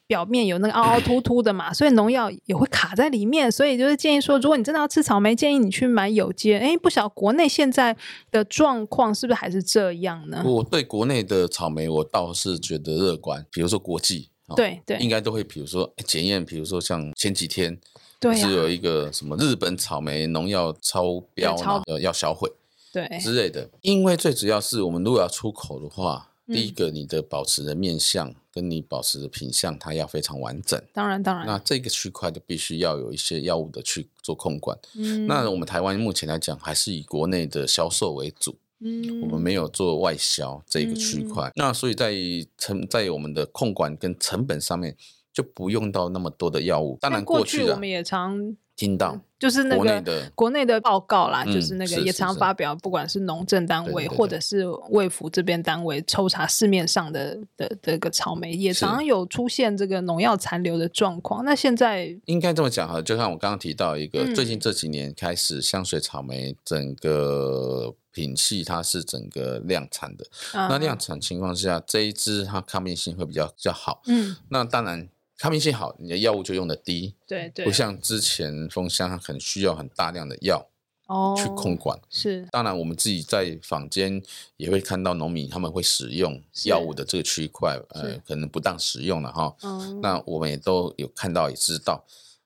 [SPEAKER 1] 表面有那个凹凹凸凸的嘛，所以农药也会卡在里面，所以就是建议说，如果你真的要吃草莓，建议你去买有机的。哎，不晓得国内现在的状况是不是还是这样呢？
[SPEAKER 3] 我对国内的草莓，我倒是觉得乐观。比如说国际，哦、，
[SPEAKER 1] 对
[SPEAKER 3] 应
[SPEAKER 1] 对
[SPEAKER 3] 该都会，比如说诶检验，比如说像前几天不
[SPEAKER 1] 对啊呀
[SPEAKER 3] 是、有一个什么日本草莓农药超标，
[SPEAKER 1] 对
[SPEAKER 3] 然
[SPEAKER 1] 超
[SPEAKER 3] 后要销毁
[SPEAKER 1] 对，
[SPEAKER 3] 之类的。因为最主要是我们如果要出口的话，
[SPEAKER 1] 嗯
[SPEAKER 3] 第一个你的保持的面相跟你保持的品相，它要非常完整。
[SPEAKER 1] 当然当然
[SPEAKER 3] 那，这个区块就必须要有一些药物的去做控管。
[SPEAKER 1] 嗯
[SPEAKER 3] 那我们台湾目前来讲，还是以国内的销售为主。
[SPEAKER 1] 嗯
[SPEAKER 3] 我们没有做外销这个区块，那所以在成在我们的控管跟成本上面就不用到那么多的药物。当
[SPEAKER 1] 但
[SPEAKER 3] 然
[SPEAKER 1] 过
[SPEAKER 3] 去
[SPEAKER 1] 我
[SPEAKER 3] 啊
[SPEAKER 1] 们，也嗯常
[SPEAKER 3] 听到
[SPEAKER 1] 就是那
[SPEAKER 3] 国内
[SPEAKER 1] 个
[SPEAKER 3] 的
[SPEAKER 1] 国内的报告啦，
[SPEAKER 3] 嗯
[SPEAKER 1] 就是那个
[SPEAKER 3] 是
[SPEAKER 1] 也
[SPEAKER 3] 是
[SPEAKER 1] 常
[SPEAKER 3] 是
[SPEAKER 1] 发表，不管是农政单
[SPEAKER 3] 对
[SPEAKER 1] 位
[SPEAKER 3] 对对
[SPEAKER 1] 或者是卫福这边单位抽查市面上的的这个草莓，也
[SPEAKER 3] 是
[SPEAKER 1] 常常有出现这个农药残留的状况。那现在
[SPEAKER 3] 应该这么讲哈，就像我刚刚提到一个，
[SPEAKER 1] 嗯
[SPEAKER 3] 最近这几年开始香水草莓整个品系它是整个量产的，那
[SPEAKER 1] 那
[SPEAKER 3] 量产情况下这一支它抗病性会比较比较好，
[SPEAKER 1] 嗯，
[SPEAKER 3] 那当然。抗病性好，你的药物就用的低，
[SPEAKER 1] 对对，
[SPEAKER 3] 不像之前蜂箱它很需要很大量的药
[SPEAKER 1] 哦
[SPEAKER 3] 去控管。
[SPEAKER 1] 是
[SPEAKER 3] 当然，我们自己在坊间也会看到农民他们会使用
[SPEAKER 1] 是
[SPEAKER 3] 药物的这个区块，呃
[SPEAKER 1] 是，
[SPEAKER 3] 可能不当使用了哈。
[SPEAKER 1] 嗯
[SPEAKER 3] 那我们也都有看到，也知道。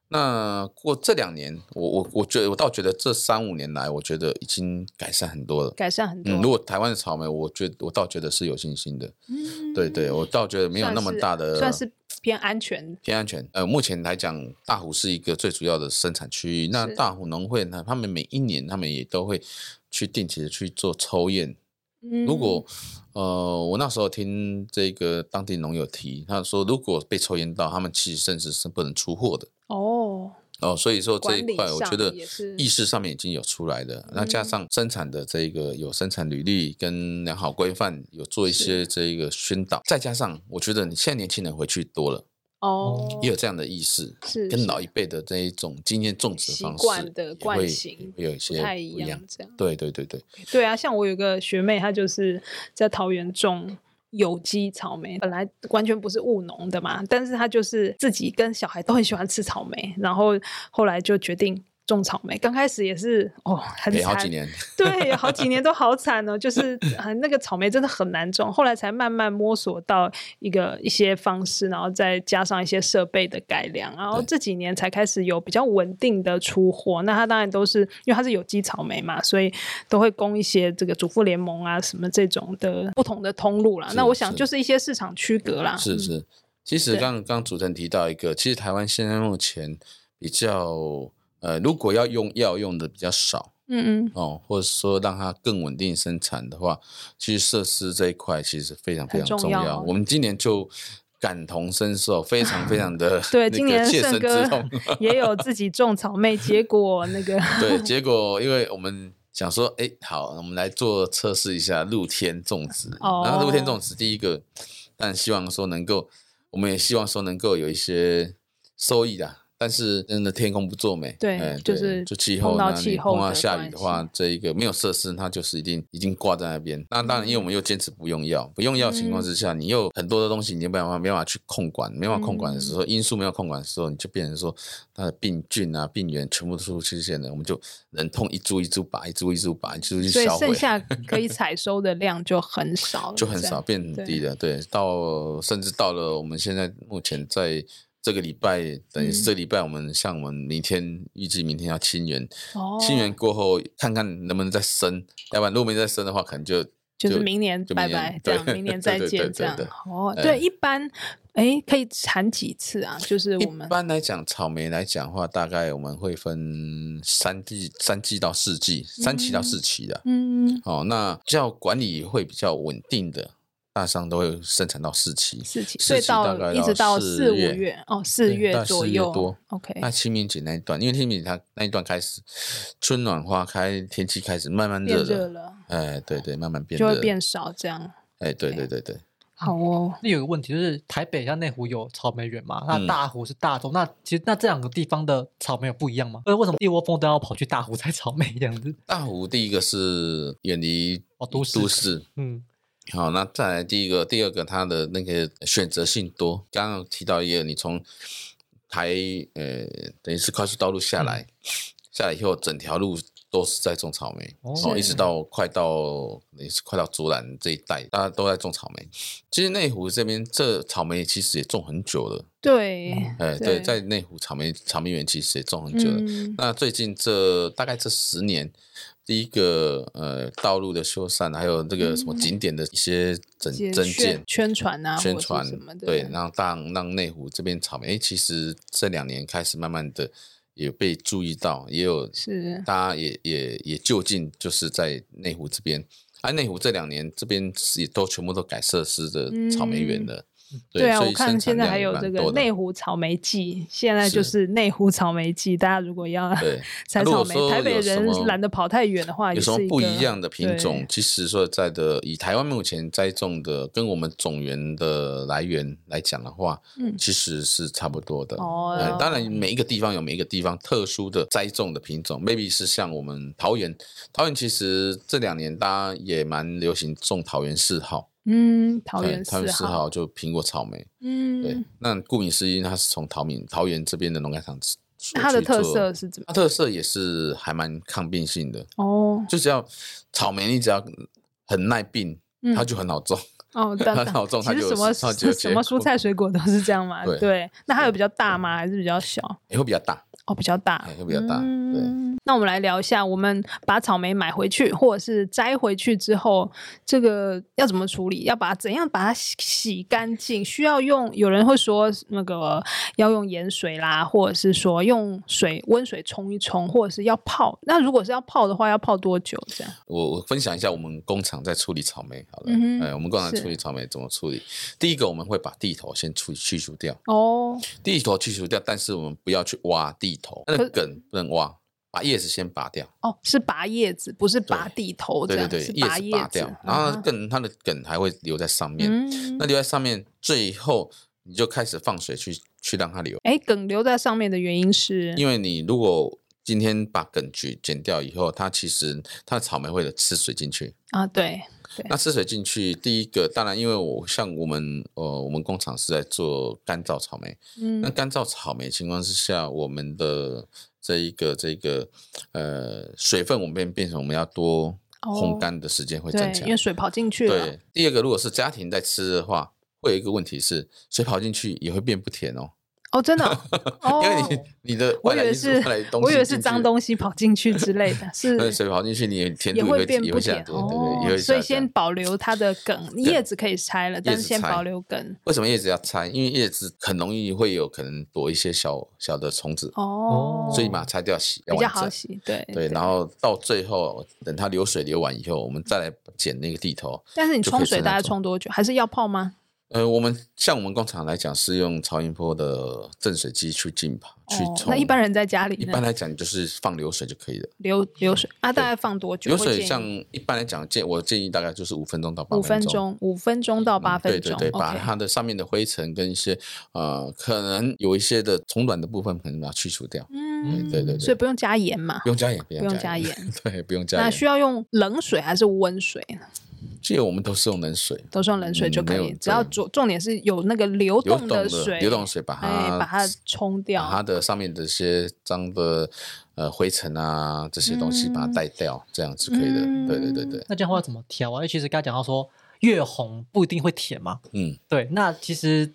[SPEAKER 3] 那过这两年，我我我觉得我倒觉得这三五年来，我觉得已经改善很多了。
[SPEAKER 1] 改善很多
[SPEAKER 3] 嗯，，如果台湾的草莓，我觉我倒觉得是有信心的。
[SPEAKER 1] 嗯
[SPEAKER 3] 对对，呃我倒觉得没有那么大的
[SPEAKER 1] 算是偏安全，
[SPEAKER 3] 偏安全。呃，目前来讲，大湖是一个最主要的生产区域。那
[SPEAKER 1] 是
[SPEAKER 3] 大湖农会呢，他们每一年他们也都会去定期的去做抽验。
[SPEAKER 1] 嗯
[SPEAKER 3] 如果呃，我那时候听这个当地农友提，他说如果被抽验到，他们其实甚至是不能出货的。
[SPEAKER 1] 嗯哦，
[SPEAKER 3] 哦，所以说这
[SPEAKER 1] 管
[SPEAKER 3] 一
[SPEAKER 1] 理
[SPEAKER 3] 块，我觉
[SPEAKER 1] 上
[SPEAKER 3] 得
[SPEAKER 1] 也是
[SPEAKER 3] 意识上面已经有出来的。那加
[SPEAKER 1] 嗯
[SPEAKER 3] 上生产的这个有生产履历跟良好规范，有做一些这一个宣导，再加上我觉得你现在年轻人回去多了，
[SPEAKER 1] 哦
[SPEAKER 3] 也有这样的意识，
[SPEAKER 1] 是
[SPEAKER 3] 跟
[SPEAKER 1] 是
[SPEAKER 3] 老一辈的这一种经验种植
[SPEAKER 1] 习
[SPEAKER 3] 方式
[SPEAKER 1] 惯的
[SPEAKER 3] 也
[SPEAKER 1] 惯
[SPEAKER 3] 会
[SPEAKER 1] 性
[SPEAKER 3] 会有一
[SPEAKER 1] 不
[SPEAKER 3] 些
[SPEAKER 1] 太
[SPEAKER 3] 不一样
[SPEAKER 1] 样。这样。
[SPEAKER 3] 对对对对，
[SPEAKER 1] 对啊，像我有个学妹，她就是在桃园种有机草莓，本来完全不是务农的嘛，但是她就是自己跟小孩都很喜欢吃草莓，然后后来就决定。种草莓，刚开始也是哦，很
[SPEAKER 3] 陪
[SPEAKER 1] 惨，
[SPEAKER 3] 哎好几年，
[SPEAKER 1] *laughs* 对，有好几年都好惨哦，就是啊，那个草莓真的很难种，后来才慢慢摸索到一个一些方式，然后再加上一些设备的改良，然后
[SPEAKER 3] 对
[SPEAKER 1] 这几年才开始有比较稳定的出货。那它当然都是因为它是有机草莓嘛，所以都会供一些这个主妇联盟啊什么这种的不同的通路啦。
[SPEAKER 3] 是
[SPEAKER 1] 那我想
[SPEAKER 3] 是
[SPEAKER 1] 就是一些市场区隔啦，
[SPEAKER 3] 是
[SPEAKER 1] 嗯
[SPEAKER 3] 是。其实
[SPEAKER 1] 对
[SPEAKER 3] 刚刚主持人提到一个，其实台湾现在目前比较呃，如果要用药用的比较少
[SPEAKER 1] 嗯嗯，
[SPEAKER 3] 哦，或者说让它更稳定生产的话，其实设施这一块其实非常非
[SPEAKER 1] 很
[SPEAKER 3] 常
[SPEAKER 1] 重
[SPEAKER 3] 重要。
[SPEAKER 1] 要啊
[SPEAKER 3] 我们今年就感同身受，非常非常的
[SPEAKER 1] 对，
[SPEAKER 3] *laughs* 那
[SPEAKER 1] 今
[SPEAKER 3] 个
[SPEAKER 1] 年
[SPEAKER 3] 切身
[SPEAKER 1] 盛哥
[SPEAKER 3] 之痛。 *laughs*
[SPEAKER 1] 也有自己种草莓，结果那个
[SPEAKER 3] 对，结果因为我们想说，哎，好，我们来做测试一下露天种植。
[SPEAKER 1] 哦
[SPEAKER 3] 然后露天种植第一个，但希望说能够，我们也希望说能够有一些收益的。但是真的天公不作美，
[SPEAKER 1] 对
[SPEAKER 3] 哎
[SPEAKER 1] 就
[SPEAKER 3] 对
[SPEAKER 1] 是
[SPEAKER 3] 就气
[SPEAKER 1] 碰
[SPEAKER 3] 候
[SPEAKER 1] 到
[SPEAKER 3] 呢，
[SPEAKER 1] 气
[SPEAKER 3] 你
[SPEAKER 1] 候
[SPEAKER 3] 碰到
[SPEAKER 1] 的
[SPEAKER 3] 下
[SPEAKER 1] 关
[SPEAKER 3] 雨的话
[SPEAKER 1] 系，
[SPEAKER 3] 这一个没有设施，它就是一定已经挂在那边。那当然，因为我们又坚持不用药，不用药
[SPEAKER 1] 嗯
[SPEAKER 3] 情况之下，你又很多的东西你没办法没办法去控管，没办法控管的时候，因素没有控管的时候，你就变成说它的病菌啊、病原全部都出现了，我们就忍痛一株一株拔，一株一株拔，一株一株
[SPEAKER 1] 所以
[SPEAKER 3] 销
[SPEAKER 1] 剩
[SPEAKER 3] 毁，
[SPEAKER 1] 下可以采收的量就很少了，
[SPEAKER 3] 就很
[SPEAKER 1] 这样
[SPEAKER 3] 少，变很
[SPEAKER 1] 对
[SPEAKER 3] 低的。对，到甚至到了我们现在目前在。这个礼拜等于是
[SPEAKER 1] 嗯
[SPEAKER 3] 这礼拜，我们像我们明天预计明天要清园，
[SPEAKER 1] 哦，
[SPEAKER 3] 清园过后看看能不能再生，要不然如果没再生的话，可能就
[SPEAKER 1] 就是明年
[SPEAKER 3] 就
[SPEAKER 1] 拜
[SPEAKER 3] 明年 *laughs*
[SPEAKER 1] 拜，这
[SPEAKER 3] 对
[SPEAKER 1] 样明年再
[SPEAKER 3] 对对
[SPEAKER 1] 见，
[SPEAKER 3] 对
[SPEAKER 1] 这样
[SPEAKER 3] 对
[SPEAKER 1] 哦。
[SPEAKER 3] 哎
[SPEAKER 1] 对，一般哎可以产几次啊？就是
[SPEAKER 3] 一
[SPEAKER 1] 我们
[SPEAKER 3] 般来讲，草莓来讲的话，大概我们会分三季、三季到四季，三期到四期的。
[SPEAKER 1] 嗯
[SPEAKER 3] 哦，那叫管理会比较稳定的，大商都会生产到四期。
[SPEAKER 1] 四期，
[SPEAKER 3] 四
[SPEAKER 1] 所以
[SPEAKER 3] 期大
[SPEAKER 1] 到
[SPEAKER 3] 概
[SPEAKER 1] 一
[SPEAKER 3] 到
[SPEAKER 1] 直到
[SPEAKER 3] 四
[SPEAKER 1] 四五
[SPEAKER 3] 月
[SPEAKER 1] 月哦，四
[SPEAKER 3] 对
[SPEAKER 1] 月
[SPEAKER 3] 到
[SPEAKER 1] 左
[SPEAKER 3] 四月
[SPEAKER 1] 右
[SPEAKER 3] 多
[SPEAKER 1] OK，
[SPEAKER 3] 那清明节那一段，因为清明节它那一段开始，春暖花开，天气开始慢慢
[SPEAKER 1] 变
[SPEAKER 3] 热
[SPEAKER 1] 热
[SPEAKER 3] 了。
[SPEAKER 1] 了
[SPEAKER 3] 哎，对对，慢慢变
[SPEAKER 1] 就
[SPEAKER 3] 热
[SPEAKER 1] 会
[SPEAKER 3] 了。嗯
[SPEAKER 1] 变少，这样
[SPEAKER 3] 哎，对对对对，
[SPEAKER 1] 好哦。
[SPEAKER 2] 那有个问题就是，台北像内湖有草莓园嘛，那
[SPEAKER 3] 嗯
[SPEAKER 2] 大湖是大众，那其实那这两个地方的草莓有不一样吗？呃，为什么一窝蜂都要跑去大湖采草莓这样子？ *laughs*
[SPEAKER 3] 大湖第一个是远离
[SPEAKER 2] 哦都市
[SPEAKER 3] 都市，
[SPEAKER 2] 嗯，
[SPEAKER 3] 好，那再来第一个，第二个，它的那个选择性多。刚刚有提到一个，你从台呃，等于是快速道路下来，下来以后，整条路都是在种草莓，
[SPEAKER 2] 哦
[SPEAKER 3] 哦，
[SPEAKER 1] 是
[SPEAKER 3] 一直到快到也是快到竹篮这一带，大家都在种草莓。其实内湖这边这草莓其实也种很久了，
[SPEAKER 1] 对，
[SPEAKER 3] 哎，
[SPEAKER 1] 对
[SPEAKER 3] 对，在内湖草莓草莓园其实也种很久了。
[SPEAKER 1] 嗯，
[SPEAKER 3] 那最近这大概这十年，第一个呃道路的修缮，还有这个什么景点的一些整
[SPEAKER 1] 嗯一些
[SPEAKER 3] 增
[SPEAKER 1] 宣
[SPEAKER 3] 建、
[SPEAKER 1] 宣传啊，
[SPEAKER 3] 宣
[SPEAKER 1] 或是
[SPEAKER 3] 传
[SPEAKER 1] 什么的，
[SPEAKER 3] 对，让让让内湖这边草莓，诶其实这两年开始慢慢的也被注意到，也有
[SPEAKER 1] 是
[SPEAKER 3] 大家也也也就近就是在内湖这边。啊，内湖这两年这边是也都全部都改设施的草莓园了，
[SPEAKER 1] 对啊，
[SPEAKER 3] 所
[SPEAKER 1] 我
[SPEAKER 3] 以
[SPEAKER 1] 看
[SPEAKER 3] 生
[SPEAKER 1] 现
[SPEAKER 3] 产
[SPEAKER 1] 在
[SPEAKER 3] 量
[SPEAKER 1] 还
[SPEAKER 3] 也
[SPEAKER 1] 有
[SPEAKER 3] 蛮
[SPEAKER 1] 这个
[SPEAKER 3] 多的
[SPEAKER 1] 内湖草莓季，现在就是是内湖草莓季，大家如果要
[SPEAKER 3] 对，
[SPEAKER 1] 采
[SPEAKER 3] 啊如
[SPEAKER 1] 草
[SPEAKER 3] 果
[SPEAKER 1] 莓，
[SPEAKER 3] 说
[SPEAKER 1] 台北
[SPEAKER 3] 有什
[SPEAKER 1] 人
[SPEAKER 3] 么
[SPEAKER 1] 懒得跑太远的啊话，也
[SPEAKER 3] 有什么
[SPEAKER 1] 是一
[SPEAKER 3] 不
[SPEAKER 1] 个
[SPEAKER 3] 一样的品种
[SPEAKER 1] 对？
[SPEAKER 3] 其实说实在的，以台湾目前栽种的跟我们种源的来源来讲的话，
[SPEAKER 1] 嗯
[SPEAKER 3] 其实是差不多的。
[SPEAKER 1] 哦
[SPEAKER 3] 呃当然每一个地方有每一个地方特殊的栽种的品种，maybe 是像我们桃园，桃园其实这两年大家也蛮流行种桃园四号，
[SPEAKER 1] 嗯，桃
[SPEAKER 3] 嗯
[SPEAKER 1] 园
[SPEAKER 3] 桃
[SPEAKER 1] 四
[SPEAKER 3] 四号就苹果草莓，对
[SPEAKER 1] 嗯，，
[SPEAKER 3] 那顾名思义，它是从桃闽桃园这边的农改场所
[SPEAKER 1] 那它的
[SPEAKER 3] 去
[SPEAKER 1] 特
[SPEAKER 3] 做
[SPEAKER 1] 色。是怎么
[SPEAKER 3] 它？特色也是还蛮抗病性的，
[SPEAKER 1] 哦
[SPEAKER 3] 就只要草莓，你只要很耐病，
[SPEAKER 1] 嗯
[SPEAKER 3] 它就很好种。 *laughs*
[SPEAKER 1] 哦，等
[SPEAKER 3] 它
[SPEAKER 1] 等
[SPEAKER 3] 好种
[SPEAKER 1] 其
[SPEAKER 3] 它
[SPEAKER 1] 实
[SPEAKER 3] 就
[SPEAKER 1] 什么
[SPEAKER 3] 有它就有
[SPEAKER 1] 什么
[SPEAKER 3] 结果
[SPEAKER 1] 蔬菜水果都是这样嘛。
[SPEAKER 3] *laughs* 对
[SPEAKER 1] 对，那它有比较大吗？还是比较小？
[SPEAKER 3] 也会比较大，
[SPEAKER 1] 哦，比较大
[SPEAKER 3] 哎，会比较大
[SPEAKER 1] 嗯那我们来聊一下，我们把草莓买回去或者是摘回去之后，这个要怎么处理？要把它怎样把它洗洗干净？需要用有人会说那个要用盐水啦，或者是说用水温水冲一冲，或者是要泡。那如果是要泡的话，要泡多久？这样？
[SPEAKER 3] 我我分享一下我们工厂在处理草莓好了，
[SPEAKER 1] 嗯哼
[SPEAKER 3] 哎，我们工厂
[SPEAKER 1] 是
[SPEAKER 3] 处理草莓怎么处理？第一个我们会把地头先去去除掉，
[SPEAKER 1] 哦，
[SPEAKER 3] 地头去除掉，但是我们不要去挖地头，那个梗不能挖，把叶子先拔掉，
[SPEAKER 1] 哦，是拔叶子，不是拔地头，这
[SPEAKER 3] 对对
[SPEAKER 1] 样
[SPEAKER 3] 对
[SPEAKER 1] 是，
[SPEAKER 3] 叶
[SPEAKER 1] 拔
[SPEAKER 3] 子
[SPEAKER 1] 叶
[SPEAKER 3] 拔
[SPEAKER 1] 子
[SPEAKER 3] 掉，，然后它
[SPEAKER 1] 嗯
[SPEAKER 3] 的梗它的梗还会留在上面，
[SPEAKER 1] 嗯，
[SPEAKER 3] 那留在上面最后你就开始放水去去让它流，
[SPEAKER 1] 哎，梗留在上面的原因是，
[SPEAKER 3] 因为你如果今天把梗去剪掉以后，它其实它的草莓会的吃水进去。
[SPEAKER 1] 啊，对，
[SPEAKER 3] 那吃水进去，第一个当然，因为我像我们呃，我们工厂是在做干燥草莓。
[SPEAKER 1] 嗯
[SPEAKER 3] 那，干燥草莓情况之下，我们的这一个这一个呃水分，我们变变成我们要多
[SPEAKER 1] 哦
[SPEAKER 3] 烘干的时间会增
[SPEAKER 1] 对，
[SPEAKER 3] 强
[SPEAKER 1] 因。为水啊跑进去了。
[SPEAKER 3] 对，第二个，如果是家庭在吃的话，会有一个问题是，水跑进去也会变不甜哦。
[SPEAKER 1] 哦，真的哦，
[SPEAKER 3] *laughs* 因为
[SPEAKER 1] 哦
[SPEAKER 3] 你你的
[SPEAKER 1] 我
[SPEAKER 3] 外
[SPEAKER 1] 以
[SPEAKER 3] 来
[SPEAKER 1] 为
[SPEAKER 3] 因素
[SPEAKER 1] 是
[SPEAKER 3] 外来东西，
[SPEAKER 1] 我以为是脏。东西跑进去之类
[SPEAKER 3] *laughs*
[SPEAKER 1] 的，是
[SPEAKER 3] 那水跑进去，你甜
[SPEAKER 1] 也
[SPEAKER 3] 度
[SPEAKER 1] 会
[SPEAKER 3] 也
[SPEAKER 1] 变
[SPEAKER 3] 也
[SPEAKER 1] 不
[SPEAKER 3] 会下
[SPEAKER 1] 甜
[SPEAKER 3] 降，对对，
[SPEAKER 1] 哦
[SPEAKER 3] 也会，
[SPEAKER 1] 所以
[SPEAKER 3] 下降
[SPEAKER 1] 先保留它的梗，叶子可以拆了，但是
[SPEAKER 3] 叶子
[SPEAKER 1] 先
[SPEAKER 3] 拆
[SPEAKER 1] 保留梗。
[SPEAKER 3] 为什么叶子要拆？因为叶子很容易会有可能躲一些小小的虫子，
[SPEAKER 1] 哦，
[SPEAKER 3] 所以把它拆掉洗要
[SPEAKER 1] 比较
[SPEAKER 3] 完
[SPEAKER 1] 好
[SPEAKER 3] 整。
[SPEAKER 1] 洗，对
[SPEAKER 3] 对，然后到最后等它流水流完以后，我们再来剪那个地头。
[SPEAKER 1] 但是你
[SPEAKER 3] 就可以
[SPEAKER 1] 冲水
[SPEAKER 3] 存在
[SPEAKER 1] 大概
[SPEAKER 3] 中
[SPEAKER 1] 冲多久？还是要泡吗？
[SPEAKER 3] 呃，我们像我们工厂来讲是用超音波的正水机去浸泡去
[SPEAKER 1] 哦
[SPEAKER 3] 冲。
[SPEAKER 1] 那一般人在家里
[SPEAKER 3] 一
[SPEAKER 1] 呢
[SPEAKER 3] 般来讲就是放流水就可以了。
[SPEAKER 1] 流流水啊，大概放多久？
[SPEAKER 3] 流
[SPEAKER 1] 会
[SPEAKER 3] 水
[SPEAKER 1] 建议
[SPEAKER 3] 像一般来讲建我建议大概就是五分钟到八
[SPEAKER 1] 五分
[SPEAKER 3] 钟。
[SPEAKER 1] 钟，五分钟到哦八分钟
[SPEAKER 3] 嗯对对对，把
[SPEAKER 1] ，OK。
[SPEAKER 3] 它的上面的灰尘跟一些呃，可能有一些的虫卵的部分，可能把它去除掉。
[SPEAKER 1] 嗯，
[SPEAKER 3] 哎对对
[SPEAKER 1] 所以
[SPEAKER 3] 对，
[SPEAKER 1] 不用加盐嘛
[SPEAKER 3] 不，用加盐，不
[SPEAKER 1] 不用加
[SPEAKER 3] 盐，
[SPEAKER 1] 盐。
[SPEAKER 3] *laughs* 对，不用加
[SPEAKER 1] 那
[SPEAKER 3] 盐。
[SPEAKER 1] 需要用冷水还是温水啊呢？
[SPEAKER 3] 这个我们都是用冷水，
[SPEAKER 1] 都是用冷水就
[SPEAKER 3] 嗯
[SPEAKER 1] 可
[SPEAKER 3] 没有
[SPEAKER 1] 以，只要
[SPEAKER 3] 对
[SPEAKER 1] 重重点是有那个流
[SPEAKER 3] 流
[SPEAKER 1] 动
[SPEAKER 3] 动
[SPEAKER 1] 的
[SPEAKER 3] 的
[SPEAKER 1] 水，
[SPEAKER 3] 流动水把
[SPEAKER 1] 哎，
[SPEAKER 3] 它
[SPEAKER 1] 把它冲
[SPEAKER 3] 把
[SPEAKER 1] 掉。
[SPEAKER 3] 它的上面的一些脏的呃灰尘啊这些东西把它
[SPEAKER 1] 嗯
[SPEAKER 3] 带掉，这样是可以的。对对对对，
[SPEAKER 2] 那这样的话怎么挑啊？因为其实刚才讲到说，越红不一定会甜嘛。
[SPEAKER 3] 嗯，
[SPEAKER 2] 对，那其实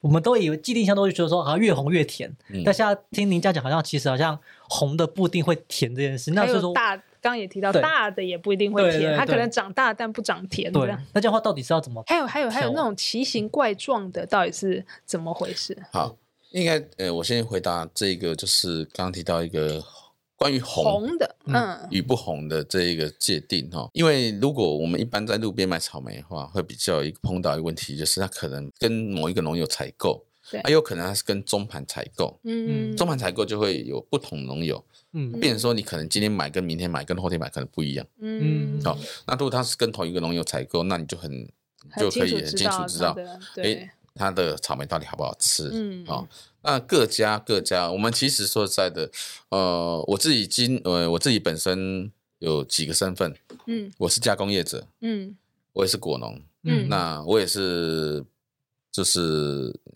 [SPEAKER 2] 我们都以为既定印象都会觉得说，好像越红越甜。
[SPEAKER 3] 嗯
[SPEAKER 2] 但现在听您这样讲，好像其实好像红的不一定会甜这件事。那
[SPEAKER 1] 还
[SPEAKER 2] 就是
[SPEAKER 1] 有
[SPEAKER 2] 说，
[SPEAKER 1] 大，刚刚也提到
[SPEAKER 2] 对
[SPEAKER 1] 大的也不一定会
[SPEAKER 2] 对对
[SPEAKER 1] 甜，它可
[SPEAKER 2] 对
[SPEAKER 1] 能长大但不长甜这
[SPEAKER 2] 对
[SPEAKER 1] 样。，
[SPEAKER 2] 那这样的话到底是要怎么？
[SPEAKER 1] 还有还有还有
[SPEAKER 2] 跳
[SPEAKER 1] 那种奇形怪状的，到底是怎么回事？
[SPEAKER 3] 好，应该呃，我先回答这个，就是刚刚提到一个关于红
[SPEAKER 1] 红的，嗯，
[SPEAKER 3] 与不红的这一个界定哈，因为如果我们一般在路边卖草莓的话，会比较一个碰到一个问题，就是它可能跟某一个农友采购，啊
[SPEAKER 1] 对
[SPEAKER 3] 还有可能它是跟中盘采购，
[SPEAKER 1] 嗯，
[SPEAKER 3] 中盘采购就会有不同农友，
[SPEAKER 2] 嗯
[SPEAKER 3] 变成说你可能今天买跟明天买跟后天买可能不一样。
[SPEAKER 1] 嗯，
[SPEAKER 3] 好那如果它是跟同一个农友采购，那你就很
[SPEAKER 1] 很
[SPEAKER 3] 就
[SPEAKER 1] 清
[SPEAKER 3] 可
[SPEAKER 1] 楚
[SPEAKER 3] 以很清楚知
[SPEAKER 1] 知道
[SPEAKER 3] 道
[SPEAKER 1] 它，的，对
[SPEAKER 3] 诶，它的草莓到底好不好吃，
[SPEAKER 1] 嗯
[SPEAKER 3] 好、那各家各家，我们其实说实在的，呃，我自己今呃我自己本身有几个身份，
[SPEAKER 1] 嗯
[SPEAKER 3] 我是加工业者，
[SPEAKER 1] 嗯
[SPEAKER 3] 我也是果农，
[SPEAKER 1] 嗯
[SPEAKER 3] 那我也是就是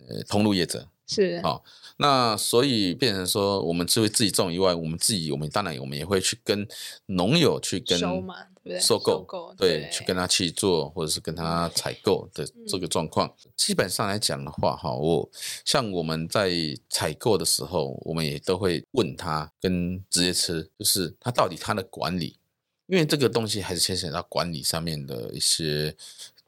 [SPEAKER 3] 呃通路业者。
[SPEAKER 1] 是，
[SPEAKER 3] 好那所以变成说，我们除了自己种以外，我们自己我们当然我们也会去跟农友去跟
[SPEAKER 1] 收嘛，对不对？嗯
[SPEAKER 3] 收购
[SPEAKER 1] 购，
[SPEAKER 3] 对，去跟他去做，或者是跟他采购的这个状况。基本上来讲的话，哈，我像我们在采购的时候，我们也都会问他跟直接吃，就是他到底他的管理，因为这个东西还是牵扯到管理上面的一些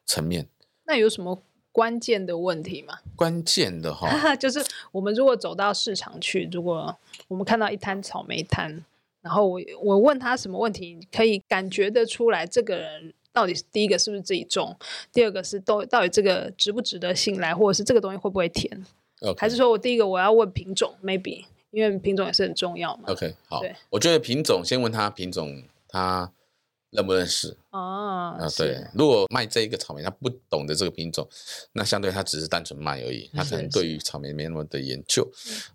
[SPEAKER 3] 层面。
[SPEAKER 1] 那有什么关键的问题吗？
[SPEAKER 3] 关键的哈，
[SPEAKER 1] *laughs* 就是我们如果走到市场去，如果我们看到一摊草莓摊，然后我我问他什么问题，可以感觉得出来这个人。到底是第一个是不是自己种，第二个是到到底这个值不值得信赖，或者是这个东西会不会甜，
[SPEAKER 3] 呃
[SPEAKER 1] 还是说我第一个我要问品种，maybe 因为品种也是很重要嘛。
[SPEAKER 3] OK 好
[SPEAKER 1] 对，
[SPEAKER 3] 我觉得品种先问他品种他认不认识
[SPEAKER 1] 啊
[SPEAKER 3] 啊、，对
[SPEAKER 1] 是，
[SPEAKER 3] 如果卖这一个草莓，他不懂得这个品种，那相对他只是单纯卖而已，他可能
[SPEAKER 1] 是嗯
[SPEAKER 3] 对于草莓没那么的研究。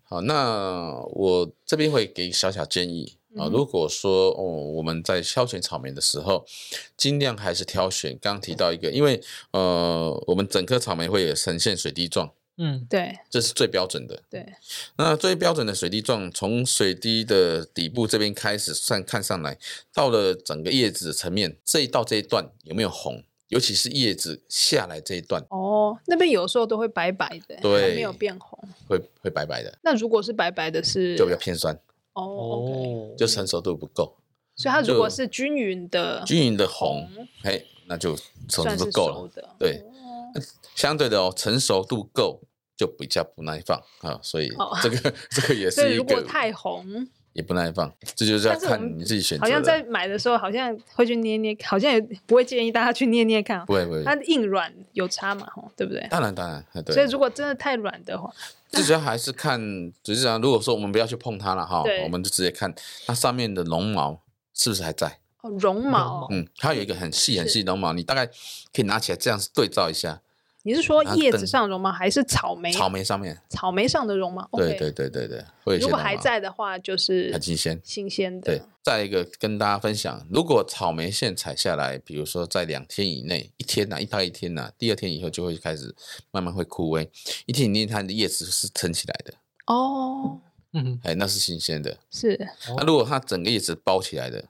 [SPEAKER 3] 好，那我这边会给小小建议啊、
[SPEAKER 1] 嗯
[SPEAKER 3] 如果说哦我们在挑选草莓的时候，尽量还是挑选刚刚提到一个，因为呃我们整颗草莓会有呈现水滴状，
[SPEAKER 2] 嗯
[SPEAKER 1] 对
[SPEAKER 3] 这是最标准的。
[SPEAKER 1] 对，
[SPEAKER 3] 那最标准的水滴状，从水滴的底部这边开始算看上来，到了整个叶子的层面，这一到这一段有没有红？尤其是叶子下来这一段
[SPEAKER 1] 哦，那边有时候都会白白的，
[SPEAKER 3] 对
[SPEAKER 1] 还没有变红。
[SPEAKER 3] 会会白白的，
[SPEAKER 1] 那如果是白白的是，
[SPEAKER 3] 就比较偏酸，
[SPEAKER 1] 哦，OK、
[SPEAKER 2] 哦，
[SPEAKER 3] 就成熟度不够，
[SPEAKER 1] 所以它如果
[SPEAKER 3] 就是
[SPEAKER 1] 均匀的
[SPEAKER 3] 均匀的红，嘿，那就
[SPEAKER 1] 哦
[SPEAKER 3] 成
[SPEAKER 1] 算
[SPEAKER 3] 熟
[SPEAKER 1] 是
[SPEAKER 3] 度够
[SPEAKER 1] 熟
[SPEAKER 3] 了。
[SPEAKER 1] 的，
[SPEAKER 3] 对
[SPEAKER 1] 哦
[SPEAKER 3] 相对的哦，成熟度够就比较不耐放啊，所以
[SPEAKER 1] 哦 *laughs*
[SPEAKER 3] 这个、这个也
[SPEAKER 1] 所
[SPEAKER 3] 是
[SPEAKER 1] 以
[SPEAKER 3] 一
[SPEAKER 1] 如果
[SPEAKER 3] 个
[SPEAKER 1] 太红，
[SPEAKER 3] 也不耐放，这就是要
[SPEAKER 1] 但是我们
[SPEAKER 3] 看你自己选择
[SPEAKER 1] 好
[SPEAKER 3] 的。
[SPEAKER 1] 像在买的时候好像会去捏捏，好像也不会建议大家去捏捏看啊
[SPEAKER 3] 不，会不会，
[SPEAKER 1] 它硬软有差嘛，吼，对不对？
[SPEAKER 3] 当然当然，哎对。
[SPEAKER 1] 所以如果真的太软的话，
[SPEAKER 3] 最主要还是看，只是啊讲，如果说我们不要去碰它了哈
[SPEAKER 1] 对，
[SPEAKER 3] 我们就直接看它上面的绒毛是不是还在。
[SPEAKER 1] 哦，绒毛
[SPEAKER 2] 毛，
[SPEAKER 3] 嗯，它有一个很细很
[SPEAKER 1] 是
[SPEAKER 3] 细的绒毛，你大概可以拿起来这样子对照一下，
[SPEAKER 1] 你是说
[SPEAKER 3] 啊
[SPEAKER 1] 叶
[SPEAKER 3] 等
[SPEAKER 1] 子上的绒毛还是草莓？
[SPEAKER 3] 草莓上面。
[SPEAKER 1] 草莓上的绒毛，
[SPEAKER 3] 对
[SPEAKER 1] 哎 OK
[SPEAKER 3] 对对对对，会有一些
[SPEAKER 1] 如
[SPEAKER 3] 绒
[SPEAKER 1] 果
[SPEAKER 3] 毛
[SPEAKER 1] 还在的话，就是
[SPEAKER 3] 很新鲜。
[SPEAKER 1] 新鲜
[SPEAKER 3] 对
[SPEAKER 1] 的，，
[SPEAKER 3] 再一个跟大家分享，如果草莓线采下来，比如说在两天以内，一天呐、一到一天呐、第二天以后就会开始慢慢会枯萎，一天以内它的叶子是撑起来的，
[SPEAKER 1] 哦，
[SPEAKER 2] 嗯
[SPEAKER 3] 哎，那是新鲜的。
[SPEAKER 1] 是
[SPEAKER 2] 哦
[SPEAKER 3] 啊那如果它整个叶子包起来的，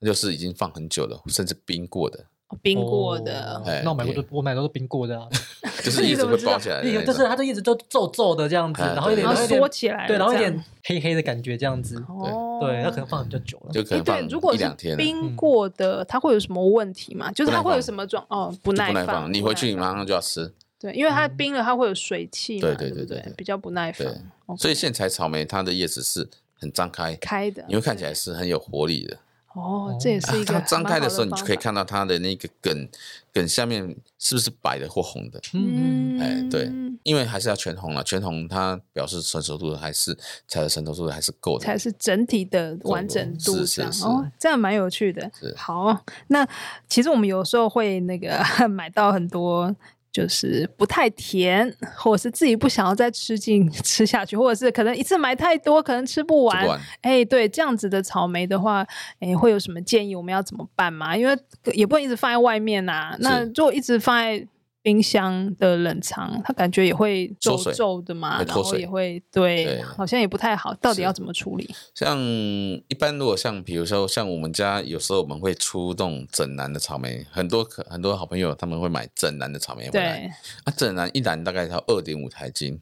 [SPEAKER 3] 那就是已经放很久了，甚至冰过的，
[SPEAKER 1] 哦冰过的，
[SPEAKER 2] 哦那我买过都我买的都冰过的啊，
[SPEAKER 3] 哎 *laughs* 就是叶子会包起来的
[SPEAKER 2] 一
[SPEAKER 3] 那
[SPEAKER 2] 个
[SPEAKER 3] 种，
[SPEAKER 2] 就是它的叶子都皱皱的这样子，
[SPEAKER 3] 哎
[SPEAKER 2] 然后有点
[SPEAKER 1] 然后
[SPEAKER 2] 有点
[SPEAKER 1] 缩起来了，
[SPEAKER 2] 对，然后有
[SPEAKER 1] 这样
[SPEAKER 2] 点黑黑的感觉这样子，
[SPEAKER 1] 哦，
[SPEAKER 2] 对，它可能放比较久了。
[SPEAKER 3] 就可
[SPEAKER 1] 哎，对，
[SPEAKER 3] 能
[SPEAKER 1] 如
[SPEAKER 3] 放
[SPEAKER 1] 果
[SPEAKER 3] 一
[SPEAKER 1] 是
[SPEAKER 3] 两天啊，
[SPEAKER 1] 冰过的，它会有什么问题吗？就是它
[SPEAKER 3] 不耐
[SPEAKER 1] 会有
[SPEAKER 3] 放
[SPEAKER 1] 什么状哦，不
[SPEAKER 3] 就
[SPEAKER 1] 耐
[SPEAKER 3] 不耐放，
[SPEAKER 1] 放。
[SPEAKER 3] 你
[SPEAKER 1] 不
[SPEAKER 3] 回
[SPEAKER 1] 耐
[SPEAKER 3] 去你
[SPEAKER 1] 放
[SPEAKER 3] 马上就要吃。
[SPEAKER 1] 对，因为它冰了，它会有水汽嘛，
[SPEAKER 3] 对
[SPEAKER 1] 对
[SPEAKER 3] 对
[SPEAKER 1] 不
[SPEAKER 3] 对对对
[SPEAKER 1] 比较不耐放
[SPEAKER 3] 对。
[SPEAKER 1] OK
[SPEAKER 3] 所以现采草莓它的叶子是很张开，
[SPEAKER 1] 开的
[SPEAKER 3] 你会看起来是很有活力的。
[SPEAKER 1] 哦，这也是一个
[SPEAKER 3] 它张
[SPEAKER 1] 蛮
[SPEAKER 3] 开
[SPEAKER 1] 好
[SPEAKER 3] 的时候，你就
[SPEAKER 1] 方
[SPEAKER 3] 可以
[SPEAKER 1] 法，
[SPEAKER 3] 看到它的那个梗梗下面是不是白的或红的。
[SPEAKER 2] 嗯，
[SPEAKER 1] 嗯，
[SPEAKER 3] 哎对因为还是要全红啊，全红它表示成熟度还是采的成熟度还是够的，
[SPEAKER 1] 才是整体的完整度
[SPEAKER 3] 是
[SPEAKER 1] 这样
[SPEAKER 3] 是是
[SPEAKER 1] 哦，这样蛮有趣的
[SPEAKER 3] 是。
[SPEAKER 1] 好，那其实我们有时候会那个 *laughs* 买到很多。就是不太甜，或者是自己不想要再吃进吃下去，或者是可能一次买太多，可能吃不
[SPEAKER 3] 吃
[SPEAKER 1] 完
[SPEAKER 3] 不，完。
[SPEAKER 1] 哎，对，这样子的草莓的话，哎，会有什么建议？我们要怎么办吗？因为也不能一直放在外面呐、那如果一直放在冰箱的冷藏，它感觉也会皱
[SPEAKER 3] 缩水
[SPEAKER 1] 皱的嘛，
[SPEAKER 3] 会
[SPEAKER 1] 然
[SPEAKER 3] 脱
[SPEAKER 1] 后
[SPEAKER 3] 水
[SPEAKER 1] 也会对，
[SPEAKER 3] 对
[SPEAKER 1] 好像也不太好。到底
[SPEAKER 3] 是
[SPEAKER 1] 要怎么处理？
[SPEAKER 3] 像一般如果像比如说像我们家有时候我们会出那种整篮的草莓，很多可很多好朋友他们会买整篮的草莓回来。
[SPEAKER 1] 对，
[SPEAKER 3] 啊，整篮一篮大概要二点五
[SPEAKER 1] *laughs*
[SPEAKER 3] 台斤。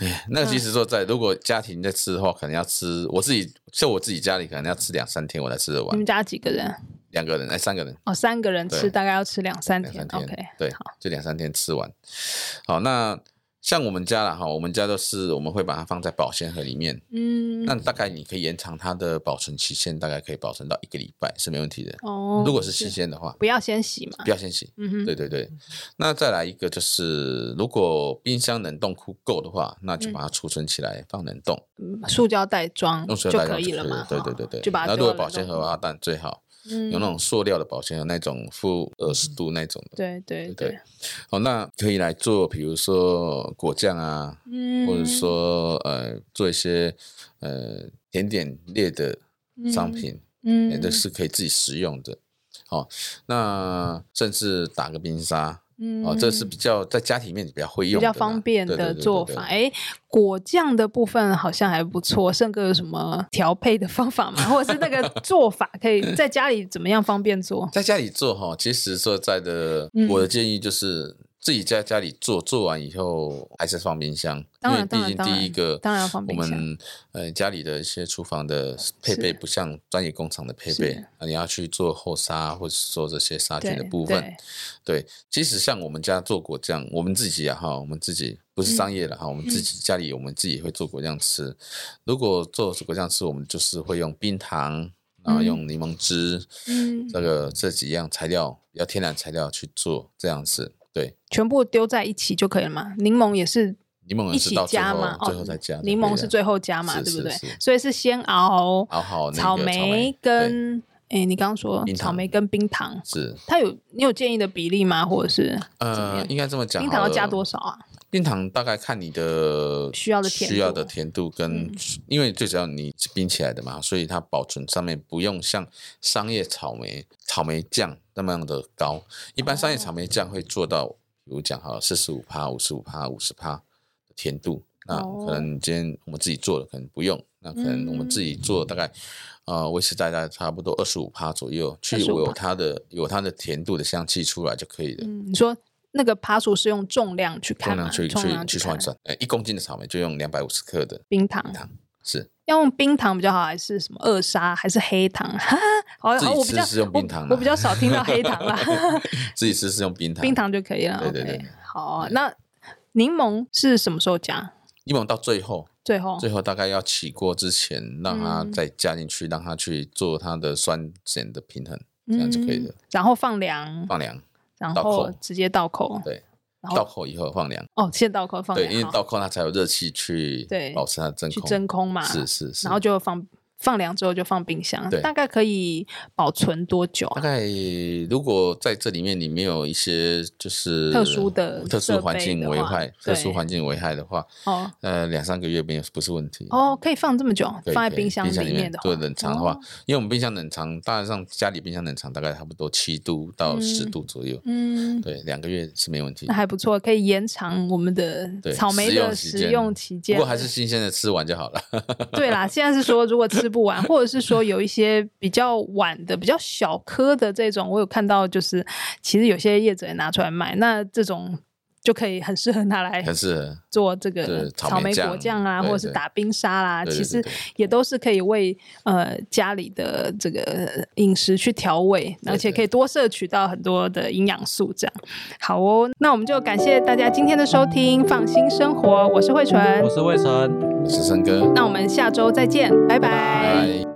[SPEAKER 3] 哎那即
[SPEAKER 1] 嗯
[SPEAKER 3] 使说在如果家庭在吃的话，可能要吃我自己，像我自己家里可能要吃两三天我才吃得
[SPEAKER 1] 你
[SPEAKER 3] 完
[SPEAKER 1] 们，家几个人？
[SPEAKER 3] 两个人哎三个人
[SPEAKER 1] 哦，三个人吃
[SPEAKER 3] 对
[SPEAKER 1] 大概要吃两三
[SPEAKER 3] 两
[SPEAKER 1] 天。
[SPEAKER 3] 三天
[SPEAKER 1] OK，
[SPEAKER 3] 对
[SPEAKER 1] 好，
[SPEAKER 3] 就两三天吃完。好，那像我们家了哈，我们家都是我们会把它放在保鲜盒里面，
[SPEAKER 1] 嗯，
[SPEAKER 3] 那大概你可以延长它的保存期限，大概可以保存到一个礼拜是没问题的。
[SPEAKER 1] 哦，
[SPEAKER 3] 如果是新鲜的话，
[SPEAKER 1] 不要先洗嘛
[SPEAKER 3] 不，要先洗，
[SPEAKER 1] 嗯哼，
[SPEAKER 3] 对对对，那再来一个就是，如果冰箱冷冻库够的话，那
[SPEAKER 1] 嗯
[SPEAKER 3] 就把它储存起来、放冷冻，
[SPEAKER 1] 塑胶袋装
[SPEAKER 3] 用塑
[SPEAKER 1] 就
[SPEAKER 3] 料袋
[SPEAKER 1] 可以
[SPEAKER 3] 就
[SPEAKER 1] 了
[SPEAKER 3] 可以
[SPEAKER 1] 嘛，
[SPEAKER 3] 对
[SPEAKER 1] 哈
[SPEAKER 3] 对对对，
[SPEAKER 1] 就把它
[SPEAKER 3] 那如
[SPEAKER 1] 丢
[SPEAKER 3] 果
[SPEAKER 1] 到冷
[SPEAKER 3] 保鲜
[SPEAKER 1] 冻
[SPEAKER 3] 盒
[SPEAKER 1] 库
[SPEAKER 3] 啊，但最好
[SPEAKER 1] 嗯
[SPEAKER 3] 有那种塑料的保鲜盒，那种负二十度那种的。
[SPEAKER 1] 对对
[SPEAKER 3] 对对，哦，那可以来做，比如说果酱啊，
[SPEAKER 1] 嗯，
[SPEAKER 3] 或者说呃做一些呃甜点类的商品，
[SPEAKER 1] 嗯，
[SPEAKER 3] 哎这是可以自己食用的。好、那甚至打个冰沙，
[SPEAKER 1] 嗯
[SPEAKER 3] 哦，这是比较在家庭里面比较会
[SPEAKER 1] 比
[SPEAKER 3] 用的
[SPEAKER 1] 较
[SPEAKER 3] 啦，
[SPEAKER 1] 方便
[SPEAKER 3] 对
[SPEAKER 1] 的做法。，哎，果酱的部分好像还不错，胜哥有什么调配的方法吗？或者是那
[SPEAKER 3] *laughs*
[SPEAKER 1] 个做法可以在家里怎么样方便做？
[SPEAKER 3] 在家里做哈，其实说实在的，
[SPEAKER 1] 嗯
[SPEAKER 3] 我的建议就是自己在家里做，做完以后还是放冰箱，
[SPEAKER 1] 当然
[SPEAKER 3] 因为毕竟
[SPEAKER 1] 当然
[SPEAKER 3] 第一个
[SPEAKER 1] 当然当然要放冰箱
[SPEAKER 3] 我们呃家里的一些厨房的配备
[SPEAKER 1] 是
[SPEAKER 3] 不像专业工厂的配备
[SPEAKER 1] 是，
[SPEAKER 3] 啊你要去做后杀或者做这些杀菌
[SPEAKER 1] 对
[SPEAKER 3] 的部分。
[SPEAKER 1] 对，
[SPEAKER 3] 对，即使像我们家做果酱，我们自己啊哈，我们自己不
[SPEAKER 1] 嗯
[SPEAKER 3] 是商业的哈，我们自己家里我们自己会做果酱吃。如果做果酱吃，我们就是会用冰糖，然后用柠檬汁，
[SPEAKER 1] 嗯，
[SPEAKER 3] 这个这几样材料比较天然材料去做这样子。对，
[SPEAKER 1] 全部丢在一起就可以了嘛。柠檬也是
[SPEAKER 3] 柠檬
[SPEAKER 1] 一
[SPEAKER 3] 也是
[SPEAKER 1] 起
[SPEAKER 3] 到最
[SPEAKER 1] 加
[SPEAKER 3] 后
[SPEAKER 1] 嘛，
[SPEAKER 3] 最
[SPEAKER 1] 哦
[SPEAKER 3] 后再加的，
[SPEAKER 1] 柠檬
[SPEAKER 3] 对
[SPEAKER 1] 是
[SPEAKER 3] 的
[SPEAKER 1] 最后加嘛，
[SPEAKER 3] 是
[SPEAKER 1] 对不
[SPEAKER 3] 是
[SPEAKER 1] 对
[SPEAKER 3] 是？
[SPEAKER 1] 所以是先熬
[SPEAKER 3] 熬好那个
[SPEAKER 1] 草
[SPEAKER 3] 莓
[SPEAKER 1] 莓
[SPEAKER 3] 对
[SPEAKER 1] 跟哎，你刚刚说
[SPEAKER 3] 冰
[SPEAKER 1] 草
[SPEAKER 3] 糖
[SPEAKER 1] 莓跟冰糖，
[SPEAKER 3] 是
[SPEAKER 1] 它有你有建议的比例吗？或者是
[SPEAKER 3] 呃，应该这么讲，
[SPEAKER 1] 冰糖要加多？少啊？
[SPEAKER 3] 冰糖大概看你的
[SPEAKER 1] 需要的甜
[SPEAKER 3] 需要
[SPEAKER 1] 度嗯
[SPEAKER 3] 的甜度跟，因为最主要你是冰起来的嘛，所以它保存上面不用像商业草莓草莓酱那么样的高。一般商业草
[SPEAKER 1] 哦
[SPEAKER 3] 莓酱会做到，比如讲哈，四十五帕、五十五帕、五十帕的甜度。那
[SPEAKER 1] 哦嗯
[SPEAKER 3] 可能你今天我们自己做的可能不用，那可能我们自己做大概，呃，维持大概差不多二十五帕左右，去
[SPEAKER 1] 25%
[SPEAKER 3] 有它的有它的甜度的香气出来就可以了。
[SPEAKER 1] 嗯，你说那个爬鼠是用重量去看
[SPEAKER 3] 重
[SPEAKER 1] 吗？
[SPEAKER 3] 量去
[SPEAKER 1] 重量
[SPEAKER 3] 去去
[SPEAKER 1] 看
[SPEAKER 3] 换算，呃，一公斤的草莓就用两百五十克的
[SPEAKER 1] 冰糖
[SPEAKER 3] 冰，糖，是
[SPEAKER 1] 要用冰糖比较好，还是什么二砂，还是黑糖？ *laughs* 哈哈，好，
[SPEAKER 3] 自
[SPEAKER 1] 好，
[SPEAKER 3] 己
[SPEAKER 1] 我比
[SPEAKER 3] 吃
[SPEAKER 1] 较
[SPEAKER 3] 是用
[SPEAKER 1] 我
[SPEAKER 3] 冰糖啊啦
[SPEAKER 1] 我比较少听到黑糖
[SPEAKER 3] *laughs*
[SPEAKER 1] 啦，
[SPEAKER 3] 自己吃是用冰
[SPEAKER 1] *laughs*
[SPEAKER 3] 糖，
[SPEAKER 1] 冰糖就可以了。
[SPEAKER 3] 对对对嗯
[SPEAKER 1] OK，好，那柠檬是什么时候加？
[SPEAKER 3] 柠檬到最后，
[SPEAKER 1] 最后
[SPEAKER 3] 最后大概要起锅之前，让它
[SPEAKER 1] 哦嗯
[SPEAKER 3] 再加进去，让它去做它的酸碱的平衡，这样就可以了
[SPEAKER 1] 嗯。然后放凉，
[SPEAKER 3] 放凉，
[SPEAKER 1] 然
[SPEAKER 3] 倒
[SPEAKER 1] 后
[SPEAKER 3] 扣
[SPEAKER 1] 直接倒扣。
[SPEAKER 3] 对，
[SPEAKER 1] 然后
[SPEAKER 3] 倒扣以后放凉，
[SPEAKER 1] 哦，先倒扣放
[SPEAKER 3] 对，
[SPEAKER 1] 凉，
[SPEAKER 3] 因为
[SPEAKER 1] 好
[SPEAKER 3] 倒扣它才有热气去
[SPEAKER 1] 对
[SPEAKER 3] 保持它的真
[SPEAKER 1] 去
[SPEAKER 3] 空，
[SPEAKER 1] 真空嘛，
[SPEAKER 3] 是是是，
[SPEAKER 1] 然后就放放凉之后就放冰箱，
[SPEAKER 3] 对
[SPEAKER 1] 大概可以保存多久
[SPEAKER 3] 大
[SPEAKER 1] 啊？
[SPEAKER 3] 概如果在这里面你没有一些就是
[SPEAKER 1] 特殊的
[SPEAKER 3] 特殊环
[SPEAKER 1] 设备
[SPEAKER 3] 境
[SPEAKER 1] 的
[SPEAKER 3] 危
[SPEAKER 1] 话
[SPEAKER 3] 害、特殊
[SPEAKER 1] 对
[SPEAKER 3] 环境危害的话，
[SPEAKER 1] 哦
[SPEAKER 3] 呃，两三个月没有不是问题。
[SPEAKER 1] 哦，可以放这么久，
[SPEAKER 3] 可以
[SPEAKER 1] 放在
[SPEAKER 3] 可以
[SPEAKER 1] 冰箱
[SPEAKER 3] 冰箱里
[SPEAKER 1] 面的
[SPEAKER 3] 做
[SPEAKER 1] 话，哦
[SPEAKER 3] 冷藏的话，因为我们冰箱冷藏，大致上家里冰箱冷藏大概差不多七度到十
[SPEAKER 1] 嗯
[SPEAKER 3] 度左右，
[SPEAKER 1] 嗯，
[SPEAKER 3] 对，两个月是没问题
[SPEAKER 1] 那。还不错，可以延长我们的
[SPEAKER 3] 对
[SPEAKER 1] 草莓的
[SPEAKER 3] 食用期
[SPEAKER 1] 食
[SPEAKER 3] 间
[SPEAKER 1] 用期
[SPEAKER 3] 不
[SPEAKER 1] 间。
[SPEAKER 3] 过还是新鲜的吃完就好了。
[SPEAKER 1] 对啦，现在是说如果吃不完，或者是说有一些比较晚的、比较小颗的这种，我有看到，就是其实有些叶子也拿出来卖，那这种就可以很适合拿来
[SPEAKER 3] 还是
[SPEAKER 1] 做这个
[SPEAKER 3] 对
[SPEAKER 1] 草
[SPEAKER 3] 草
[SPEAKER 1] 莓
[SPEAKER 3] 莓
[SPEAKER 1] 果
[SPEAKER 3] 酱
[SPEAKER 1] 酱啊，
[SPEAKER 3] 对
[SPEAKER 1] 或者是
[SPEAKER 3] 对
[SPEAKER 1] 打冰沙啦，
[SPEAKER 3] 对对
[SPEAKER 1] 其实
[SPEAKER 3] 对对
[SPEAKER 1] 也都是可以为呃家里的这个饮食去调味，
[SPEAKER 3] 对
[SPEAKER 1] 而且可以多摄取到很多的营养素。这样好哦，那我们就感谢大家今天的收听，放心生活，我是慧纯
[SPEAKER 2] 我，是魏晨。
[SPEAKER 3] 我是森哥，
[SPEAKER 1] 那我们下周再见，拜拜
[SPEAKER 3] 拜。